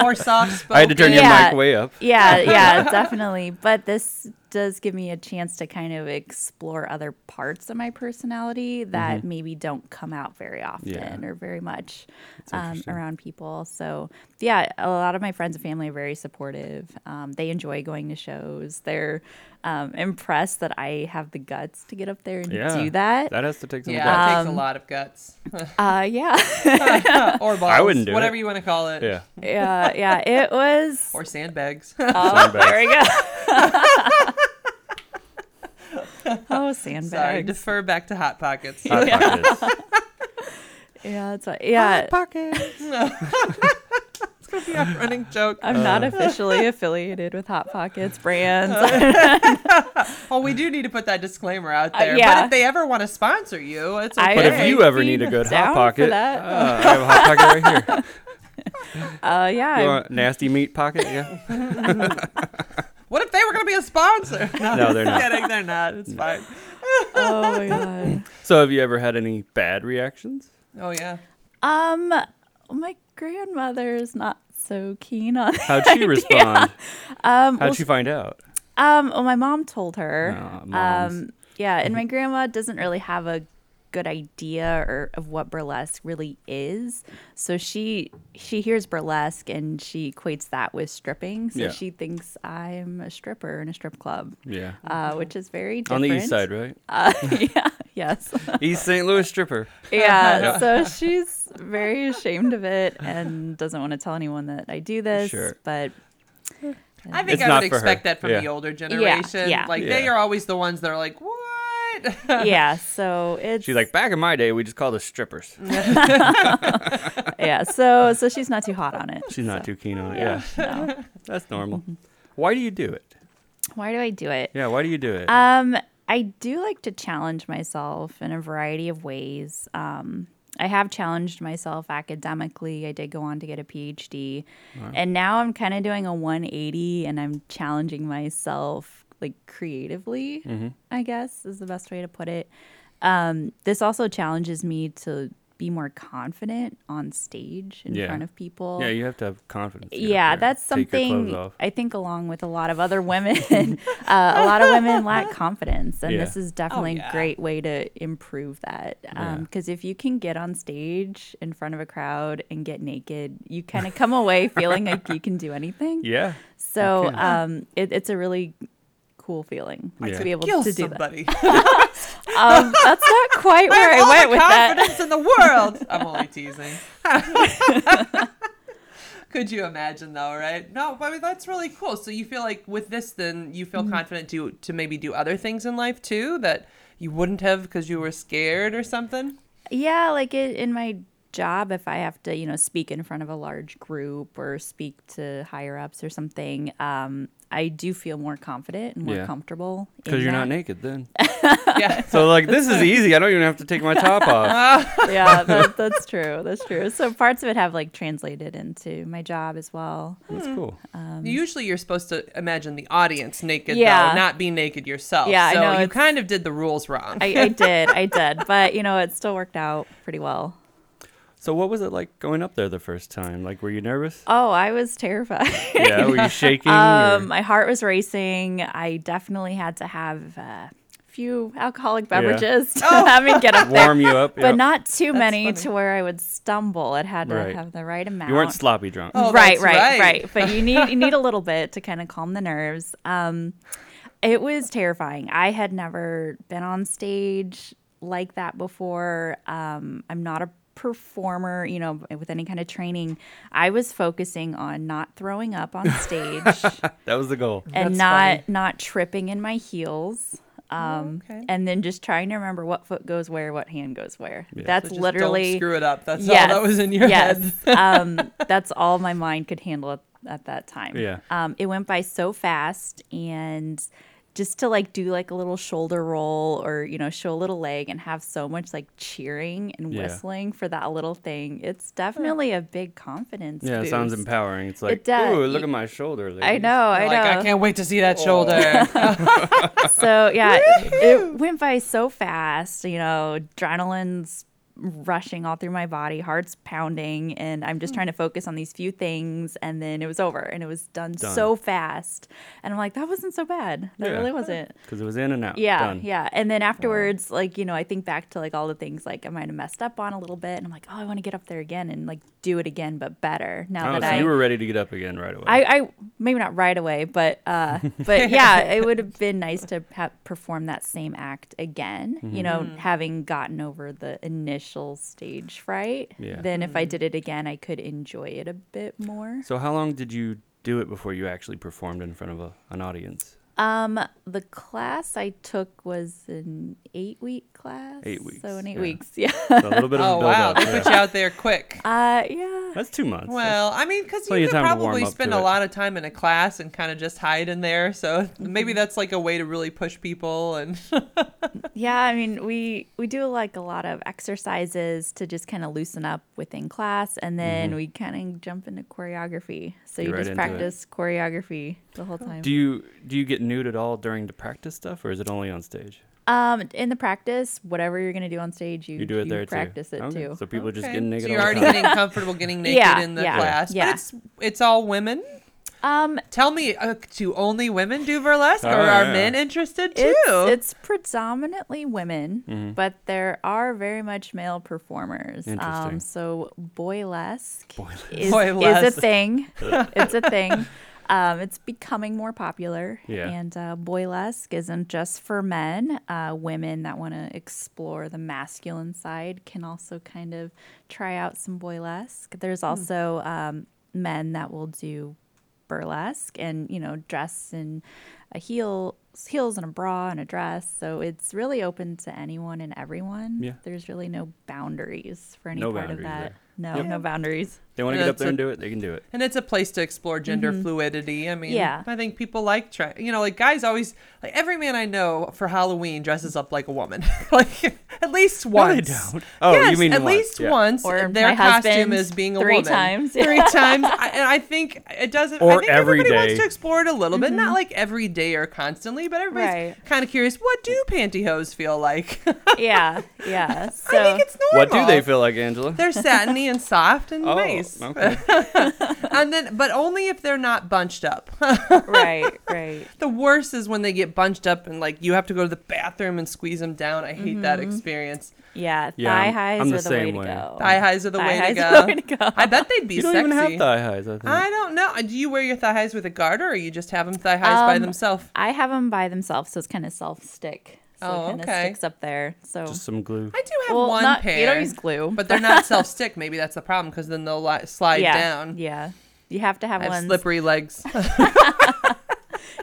[SPEAKER 2] more soft
[SPEAKER 1] <laughs>
[SPEAKER 2] spoken.
[SPEAKER 1] I had to turn your
[SPEAKER 3] Yeah.
[SPEAKER 1] mic way up. <laughs>
[SPEAKER 3] yeah, yeah, definitely. But this does give me a chance to kind of explore other parts of my personality that
[SPEAKER 1] Mm-hmm.
[SPEAKER 3] maybe don't come out very often or very much um,
[SPEAKER 1] interesting.
[SPEAKER 3] around people. So, yeah, a lot of my friends and family are very supportive. Um, they enjoy going to shows. They're um, impressed that I have the guts to get up there and
[SPEAKER 1] Yeah.
[SPEAKER 3] do that.
[SPEAKER 1] That has to take some
[SPEAKER 2] Yeah,
[SPEAKER 1] guts.
[SPEAKER 2] it takes a lot of
[SPEAKER 3] <laughs>
[SPEAKER 2] guts. <laughs>
[SPEAKER 3] uh, yeah. <laughs>
[SPEAKER 2] or balls.
[SPEAKER 1] wouldn't do
[SPEAKER 2] Whatever
[SPEAKER 1] it.
[SPEAKER 2] you want to call it.
[SPEAKER 1] Yeah.
[SPEAKER 3] yeah. Yeah. It was.
[SPEAKER 2] Or sandbags. <laughs>
[SPEAKER 3] Oh, there we go.
[SPEAKER 1] <laughs>
[SPEAKER 3] oh,
[SPEAKER 2] Sorry,
[SPEAKER 3] sandbags.
[SPEAKER 2] defer back to Hot Pockets.
[SPEAKER 1] Hot pockets.
[SPEAKER 3] Yeah, that's what. Yeah,
[SPEAKER 1] pockets.
[SPEAKER 2] <laughs> It's going to be a running
[SPEAKER 3] <laughs>
[SPEAKER 2] joke.
[SPEAKER 3] I'm
[SPEAKER 1] Uh.
[SPEAKER 3] not officially affiliated with Hot
[SPEAKER 1] <laughs>
[SPEAKER 3] Pockets brands.
[SPEAKER 2] Well, Oh, we do need to put that disclaimer out there. But
[SPEAKER 3] Uh, yeah.
[SPEAKER 2] if they ever want to sponsor you, it's
[SPEAKER 3] I-
[SPEAKER 2] okay.
[SPEAKER 1] But if
[SPEAKER 3] Hey,
[SPEAKER 1] you ever
[SPEAKER 3] be
[SPEAKER 1] need a good hot
[SPEAKER 3] down for
[SPEAKER 1] pocket,
[SPEAKER 3] that.
[SPEAKER 1] uh, I have a hot pocket right here.
[SPEAKER 3] uh, yeah,
[SPEAKER 1] You
[SPEAKER 3] I'm-
[SPEAKER 1] want a nasty meat pocket? Yeah.
[SPEAKER 2] What if they were going to be a sponsor?
[SPEAKER 1] <laughs> No, they're not.
[SPEAKER 2] <laughs> Kidding, they're not. It's fine.
[SPEAKER 3] <laughs> oh my god.
[SPEAKER 1] So have you ever had any bad reactions?
[SPEAKER 2] Oh yeah.
[SPEAKER 3] Um, my grandmother is not so keen on.
[SPEAKER 1] How'd she respond?
[SPEAKER 3] Um,
[SPEAKER 1] How'd
[SPEAKER 3] well,
[SPEAKER 1] she find out?
[SPEAKER 3] um, well, my mom told her.
[SPEAKER 1] Aw, moms. Mm-hmm.
[SPEAKER 3] um, yeah, and my grandma doesn't really have a good idea or of what burlesque really is. So she she hears burlesque and she equates that with stripping. So
[SPEAKER 1] Yeah.
[SPEAKER 3] she thinks I'm a stripper in a strip club.
[SPEAKER 1] Yeah.
[SPEAKER 3] Uh, which is very
[SPEAKER 1] Mm-hmm. On
[SPEAKER 3] different.
[SPEAKER 1] the east side, right?
[SPEAKER 3] Uh, <laughs> yeah,
[SPEAKER 1] <laughs>
[SPEAKER 3] yes.
[SPEAKER 1] East St. Louis stripper.
[SPEAKER 3] yeah. So she's very ashamed of it and doesn't want to tell anyone that I do this.
[SPEAKER 1] Sure.
[SPEAKER 3] But
[SPEAKER 2] I think
[SPEAKER 1] It's
[SPEAKER 2] I
[SPEAKER 1] not
[SPEAKER 2] would
[SPEAKER 1] for her.
[SPEAKER 2] expect that from
[SPEAKER 1] Yeah.
[SPEAKER 2] the older generation.
[SPEAKER 3] yeah.
[SPEAKER 2] Like they
[SPEAKER 1] Yeah.
[SPEAKER 2] are always the ones that are like, what? <laughs>
[SPEAKER 3] yeah, so it's
[SPEAKER 1] <laughs> She's like, back in my day, we just called us strippers.
[SPEAKER 3] yeah. So so she's not too hot on it.
[SPEAKER 1] She's not
[SPEAKER 3] so,
[SPEAKER 1] too keen on it. Yeah.
[SPEAKER 3] No.
[SPEAKER 1] That's normal. Why do you do it?
[SPEAKER 3] Why do I do it?
[SPEAKER 1] Yeah, why do you do it?
[SPEAKER 3] Um, I do like to challenge myself in a variety of ways. Um, I have challenged myself academically. I did go on to get a PhD, and now I'm kind of doing a 180, and I'm challenging myself like creatively.
[SPEAKER 1] Mm-hmm.
[SPEAKER 3] I guess is the best way to put it. Um, this also challenges me to be more confident on stage in
[SPEAKER 1] Yeah.
[SPEAKER 3] front of people
[SPEAKER 1] yeah, you have to have confidence. to get up
[SPEAKER 3] yeah
[SPEAKER 1] there,
[SPEAKER 3] that's
[SPEAKER 1] take your clothes
[SPEAKER 3] something
[SPEAKER 1] off.
[SPEAKER 3] i think along with a lot of other women <laughs> uh, a lot of
[SPEAKER 1] <laughs>
[SPEAKER 3] women lack confidence and
[SPEAKER 1] Yeah.
[SPEAKER 3] this is definitely
[SPEAKER 2] yeah.
[SPEAKER 3] a great way to improve that
[SPEAKER 1] Yeah.
[SPEAKER 3] because if you can get on stage in front of a crowd and get naked you kind of
[SPEAKER 1] <laughs>
[SPEAKER 3] come away feeling like you can do anything
[SPEAKER 1] Yeah.
[SPEAKER 3] so
[SPEAKER 1] Okay.
[SPEAKER 3] um, it, it's a really cool feeling
[SPEAKER 1] I
[SPEAKER 3] to
[SPEAKER 1] could
[SPEAKER 3] be able
[SPEAKER 2] Kill
[SPEAKER 3] to
[SPEAKER 2] <laughs>
[SPEAKER 3] do
[SPEAKER 2] somebody.
[SPEAKER 3] that um, that's not
[SPEAKER 1] <laughs>
[SPEAKER 3] quite where i,
[SPEAKER 2] all
[SPEAKER 3] went
[SPEAKER 2] the
[SPEAKER 3] with that
[SPEAKER 2] confidence in the <laughs> world. I'm only teasing. Could you imagine though, right? No, I mean that's really cool. So you feel like with this, then you feel confident to to maybe do other things in life too that you wouldn't have because you were scared or <laughs> something.
[SPEAKER 3] Yeah, like it, in my job, if I have to, you know, speak in front of a large group or speak to higher ups or something, um, I do feel more confident and more
[SPEAKER 1] Yeah.
[SPEAKER 3] comfortable. in
[SPEAKER 1] Because you're not <laughs>
[SPEAKER 3] that.
[SPEAKER 1] naked
[SPEAKER 3] <laughs>
[SPEAKER 1] then.
[SPEAKER 2] Yeah.
[SPEAKER 1] so, like, this is easy. I don't even have to take my top
[SPEAKER 3] <laughs>
[SPEAKER 1] off.
[SPEAKER 3] yeah, that, that's true. That's true. So parts of it have like translated into my job as well.
[SPEAKER 1] That's cool.
[SPEAKER 3] Uh,
[SPEAKER 2] Usually you're supposed to imagine the audience naked,
[SPEAKER 3] Mm-hmm. Yeah.
[SPEAKER 2] though, not be naked yourself.
[SPEAKER 3] Yeah, I
[SPEAKER 2] so
[SPEAKER 3] know,
[SPEAKER 2] you
[SPEAKER 3] it's-
[SPEAKER 2] kind of did the rules wrong.
[SPEAKER 3] I, I did, I did, but you know, it still worked out pretty well.
[SPEAKER 1] So, what was it like going up there the first time? Like, were you nervous?
[SPEAKER 3] Oh, I was
[SPEAKER 1] <laughs>
[SPEAKER 3] terrified.
[SPEAKER 1] yeah. Were you
[SPEAKER 3] <laughs>
[SPEAKER 1] shaking? or-
[SPEAKER 3] Um, my heart was racing. I definitely had to have a few alcoholic beverages to
[SPEAKER 1] Oh.
[SPEAKER 3] have
[SPEAKER 1] <laughs>
[SPEAKER 3] me <laughs> get up there.
[SPEAKER 1] warm you up?
[SPEAKER 3] but
[SPEAKER 1] yeah.
[SPEAKER 3] not too many
[SPEAKER 2] funny.
[SPEAKER 3] to where I would stumble. It had to
[SPEAKER 1] Right.
[SPEAKER 3] have the right amount.
[SPEAKER 1] You weren't sloppy drunk.
[SPEAKER 2] Oh,
[SPEAKER 3] right,
[SPEAKER 2] that's
[SPEAKER 3] right,
[SPEAKER 2] right.
[SPEAKER 3] right, But you need you need
[SPEAKER 2] <laughs>
[SPEAKER 3] a little bit to kind of calm the nerves. Um, it was terrifying. I had never been on stage like that before. Um, I'm not a performer, you know, with any kind of training. I was focusing on not throwing
[SPEAKER 2] <laughs>
[SPEAKER 3] up on stage
[SPEAKER 1] That was the goal.
[SPEAKER 3] and
[SPEAKER 2] That's
[SPEAKER 3] not
[SPEAKER 2] funny.
[SPEAKER 3] not tripping in my heels. Um,
[SPEAKER 2] okay.
[SPEAKER 3] and then just trying to remember what foot goes where, what hand goes where.
[SPEAKER 2] So
[SPEAKER 3] That's
[SPEAKER 2] just
[SPEAKER 3] literally
[SPEAKER 2] don't screw it up. That's
[SPEAKER 3] yes,
[SPEAKER 2] all that was in your
[SPEAKER 3] yes.
[SPEAKER 2] head. <laughs>
[SPEAKER 3] <laughs> um, that's all my mind could handle at, at that time.
[SPEAKER 1] Yeah.
[SPEAKER 3] Um, it went by so fast and just to like do like a little shoulder roll or you know show a little leg and have so much like cheering and
[SPEAKER 1] Yeah.
[SPEAKER 3] whistling for that little thing it's definitely a big confidence
[SPEAKER 1] Yeah, it sounds
[SPEAKER 3] boost.
[SPEAKER 1] empowering. It's like,
[SPEAKER 3] does.
[SPEAKER 1] ooh, look at my shoulder.
[SPEAKER 3] i
[SPEAKER 1] ladies."
[SPEAKER 3] know Oh, i
[SPEAKER 2] You're
[SPEAKER 3] know
[SPEAKER 2] like, I can't wait to see that
[SPEAKER 1] Oh. <laughs>
[SPEAKER 2] shoulder.
[SPEAKER 3] so yeah, it went by so fast. You know, adrenaline's rushing all through my body, heart's pounding, and I'm
[SPEAKER 1] Hmm.
[SPEAKER 3] just trying to focus on these few things. And then it was over, and it was done,
[SPEAKER 1] Done.
[SPEAKER 3] so fast. And I'm like, that wasn't so bad. That
[SPEAKER 1] Yeah.
[SPEAKER 3] really wasn't.
[SPEAKER 1] because it was in and out.
[SPEAKER 3] Yeah,
[SPEAKER 1] Done.
[SPEAKER 3] yeah. And then afterwards, like, you know, I think back to like all the things like I might have messed up on a little bit and I'm like, oh, I want to get up there again and like do it again, but better now
[SPEAKER 1] Oh,
[SPEAKER 3] that
[SPEAKER 1] so
[SPEAKER 3] I.
[SPEAKER 1] you were ready to get up again right away.
[SPEAKER 3] I, I maybe not right away, but uh,
[SPEAKER 1] <laughs>
[SPEAKER 3] but yeah, it would have been nice to ha- perform that same act again. You know, having gotten over the initial stage fright,
[SPEAKER 1] Yeah.
[SPEAKER 3] then if I did it again, I could enjoy it a bit more.
[SPEAKER 1] so how long did you do it before you actually performed in front of a, an audience?
[SPEAKER 3] Um, the class I took was an eight week class.
[SPEAKER 1] Eight weeks,
[SPEAKER 3] So in eight
[SPEAKER 1] yeah.
[SPEAKER 3] weeks, <laughs> yeah.
[SPEAKER 1] So a little
[SPEAKER 2] <laughs>
[SPEAKER 1] bit of
[SPEAKER 2] Oh
[SPEAKER 1] a
[SPEAKER 2] wow,
[SPEAKER 1] build-up.
[SPEAKER 2] they put you out there quick.
[SPEAKER 3] Uh, yeah.
[SPEAKER 1] <laughs> That's two months.
[SPEAKER 2] Well, I mean, because
[SPEAKER 1] Plenty
[SPEAKER 2] you
[SPEAKER 1] of
[SPEAKER 2] could
[SPEAKER 1] time to warm
[SPEAKER 2] probably
[SPEAKER 1] up
[SPEAKER 2] spend
[SPEAKER 1] to
[SPEAKER 2] a
[SPEAKER 1] it.
[SPEAKER 2] lot of time in a class and kind of just hide in there. So
[SPEAKER 3] Mm-hmm.
[SPEAKER 2] maybe that's like a way to really push people. And
[SPEAKER 3] Yeah, I mean, we we do like a lot of exercises to just kind of loosen up within class, and then we kind of jump into choreography. So
[SPEAKER 1] Mm-hmm. Get
[SPEAKER 3] you
[SPEAKER 1] right into
[SPEAKER 3] just
[SPEAKER 1] it.
[SPEAKER 3] practice choreography the whole time.
[SPEAKER 1] do you do you get nude at all during the practice stuff, or is it only on stage?
[SPEAKER 3] um, in the practice, whatever you're gonna do on stage, you
[SPEAKER 1] You do it there
[SPEAKER 3] practice
[SPEAKER 1] too.
[SPEAKER 3] it
[SPEAKER 1] Okay,
[SPEAKER 3] too.
[SPEAKER 1] So people
[SPEAKER 2] <laughs>
[SPEAKER 1] are just
[SPEAKER 2] Okay.
[SPEAKER 1] getting naked.
[SPEAKER 2] So you're
[SPEAKER 1] all
[SPEAKER 2] already
[SPEAKER 1] the time.
[SPEAKER 2] getting comfortable getting naked
[SPEAKER 3] <laughs> Yeah,
[SPEAKER 2] in the
[SPEAKER 3] yeah,
[SPEAKER 2] class.
[SPEAKER 3] yeah.
[SPEAKER 2] But it's it's all women.
[SPEAKER 3] Um,
[SPEAKER 2] Tell me, uh, do only women do burlesque, or
[SPEAKER 1] Oh,
[SPEAKER 2] are
[SPEAKER 1] yeah.
[SPEAKER 2] men interested too?
[SPEAKER 3] it's, it's predominantly women,
[SPEAKER 1] Mm-hmm.
[SPEAKER 3] but there are very much male performers.
[SPEAKER 1] Interesting.
[SPEAKER 3] Um, so boylesque,
[SPEAKER 1] Boylesque.
[SPEAKER 3] Is, is
[SPEAKER 2] Boylesque.
[SPEAKER 1] <laughs>
[SPEAKER 3] a thing. it's a thing. Um, it's becoming more popular.
[SPEAKER 1] Yeah.
[SPEAKER 3] And uh, boylesque isn't just for men. Uh, women that want to explore the masculine side can also kind of try out some boylesque.
[SPEAKER 1] Hmm.
[SPEAKER 3] There's also um, men that will do burlesque and you know dress in a heel heels and a bra and a dress so it's really open to anyone and everyone
[SPEAKER 1] Yeah.
[SPEAKER 3] there's really no boundaries for any
[SPEAKER 1] No
[SPEAKER 3] part
[SPEAKER 1] boundaries
[SPEAKER 3] of that
[SPEAKER 1] there.
[SPEAKER 3] no no boundaries
[SPEAKER 1] <laughs> They want to
[SPEAKER 2] And
[SPEAKER 1] get up
[SPEAKER 2] that's
[SPEAKER 1] there
[SPEAKER 2] a-
[SPEAKER 1] and do it. They can do it.
[SPEAKER 2] And it's a place to explore gender fluidity. I mean,
[SPEAKER 3] Mm-hmm. Yeah.
[SPEAKER 2] I think people like try, you know, like guys always, like every man I know for Halloween dresses up like a woman, <laughs> like at least once.
[SPEAKER 1] don't. Oh, you
[SPEAKER 2] yes,
[SPEAKER 1] mean
[SPEAKER 2] at
[SPEAKER 1] once,
[SPEAKER 2] least
[SPEAKER 1] yeah.
[SPEAKER 2] once.
[SPEAKER 3] Or
[SPEAKER 2] their
[SPEAKER 3] my
[SPEAKER 2] costume
[SPEAKER 3] husband
[SPEAKER 2] is being a
[SPEAKER 3] three
[SPEAKER 2] woman
[SPEAKER 3] times. <laughs>
[SPEAKER 2] three times. I, and I think it doesn't. I
[SPEAKER 1] Or
[SPEAKER 2] think
[SPEAKER 1] every
[SPEAKER 2] everybody wants
[SPEAKER 1] day.
[SPEAKER 2] to explore it a little bit, not like every day or constantly, but everybody's
[SPEAKER 3] Mm-hmm. Right.
[SPEAKER 2] kind of curious. What do pantyhose feel like? <laughs>
[SPEAKER 3] yeah yeah so
[SPEAKER 2] I think it's normal.
[SPEAKER 1] What do they feel like, Angela?
[SPEAKER 2] They're satiny and soft and
[SPEAKER 1] <laughs> oh,
[SPEAKER 2] nice.
[SPEAKER 1] okay.
[SPEAKER 2] And then, but only if they're not bunched up. <laughs>
[SPEAKER 3] right right
[SPEAKER 2] the worst is when they get bunched up and like you have to go to the bathroom and squeeze them down. I hate that
[SPEAKER 3] Mm-hmm.
[SPEAKER 2] experience.
[SPEAKER 3] yeah,
[SPEAKER 1] Yeah,
[SPEAKER 3] thigh
[SPEAKER 1] I'm-
[SPEAKER 3] highs
[SPEAKER 1] I'm the
[SPEAKER 3] are the way
[SPEAKER 1] same
[SPEAKER 3] to
[SPEAKER 1] way.
[SPEAKER 3] go
[SPEAKER 2] Thigh highs are the,
[SPEAKER 3] Thigh
[SPEAKER 2] way,
[SPEAKER 3] highs
[SPEAKER 2] to
[SPEAKER 3] are the way to go.
[SPEAKER 2] I bet they'd <laughs> be
[SPEAKER 1] You don't
[SPEAKER 2] sexy.
[SPEAKER 1] even have thigh highs. I think.
[SPEAKER 2] I don't know. Do you wear your thigh highs with a garter, or you just have them thigh highs by
[SPEAKER 3] Um,
[SPEAKER 2] themselves?
[SPEAKER 3] i have them by themselves so it's kind of self stick so
[SPEAKER 2] Oh,
[SPEAKER 3] it kind of
[SPEAKER 2] okay.
[SPEAKER 3] sticks up there so
[SPEAKER 1] Just some glue.
[SPEAKER 2] I do have
[SPEAKER 3] well,
[SPEAKER 2] one
[SPEAKER 3] not-
[SPEAKER 2] pair.
[SPEAKER 3] you don't use glue
[SPEAKER 2] <laughs> but they're not self stick. Maybe that's the problem because then they'll li- slide
[SPEAKER 3] yeah
[SPEAKER 2] down.
[SPEAKER 3] yeah you have to have
[SPEAKER 2] I have
[SPEAKER 3] ones
[SPEAKER 2] slippery legs. <laughs>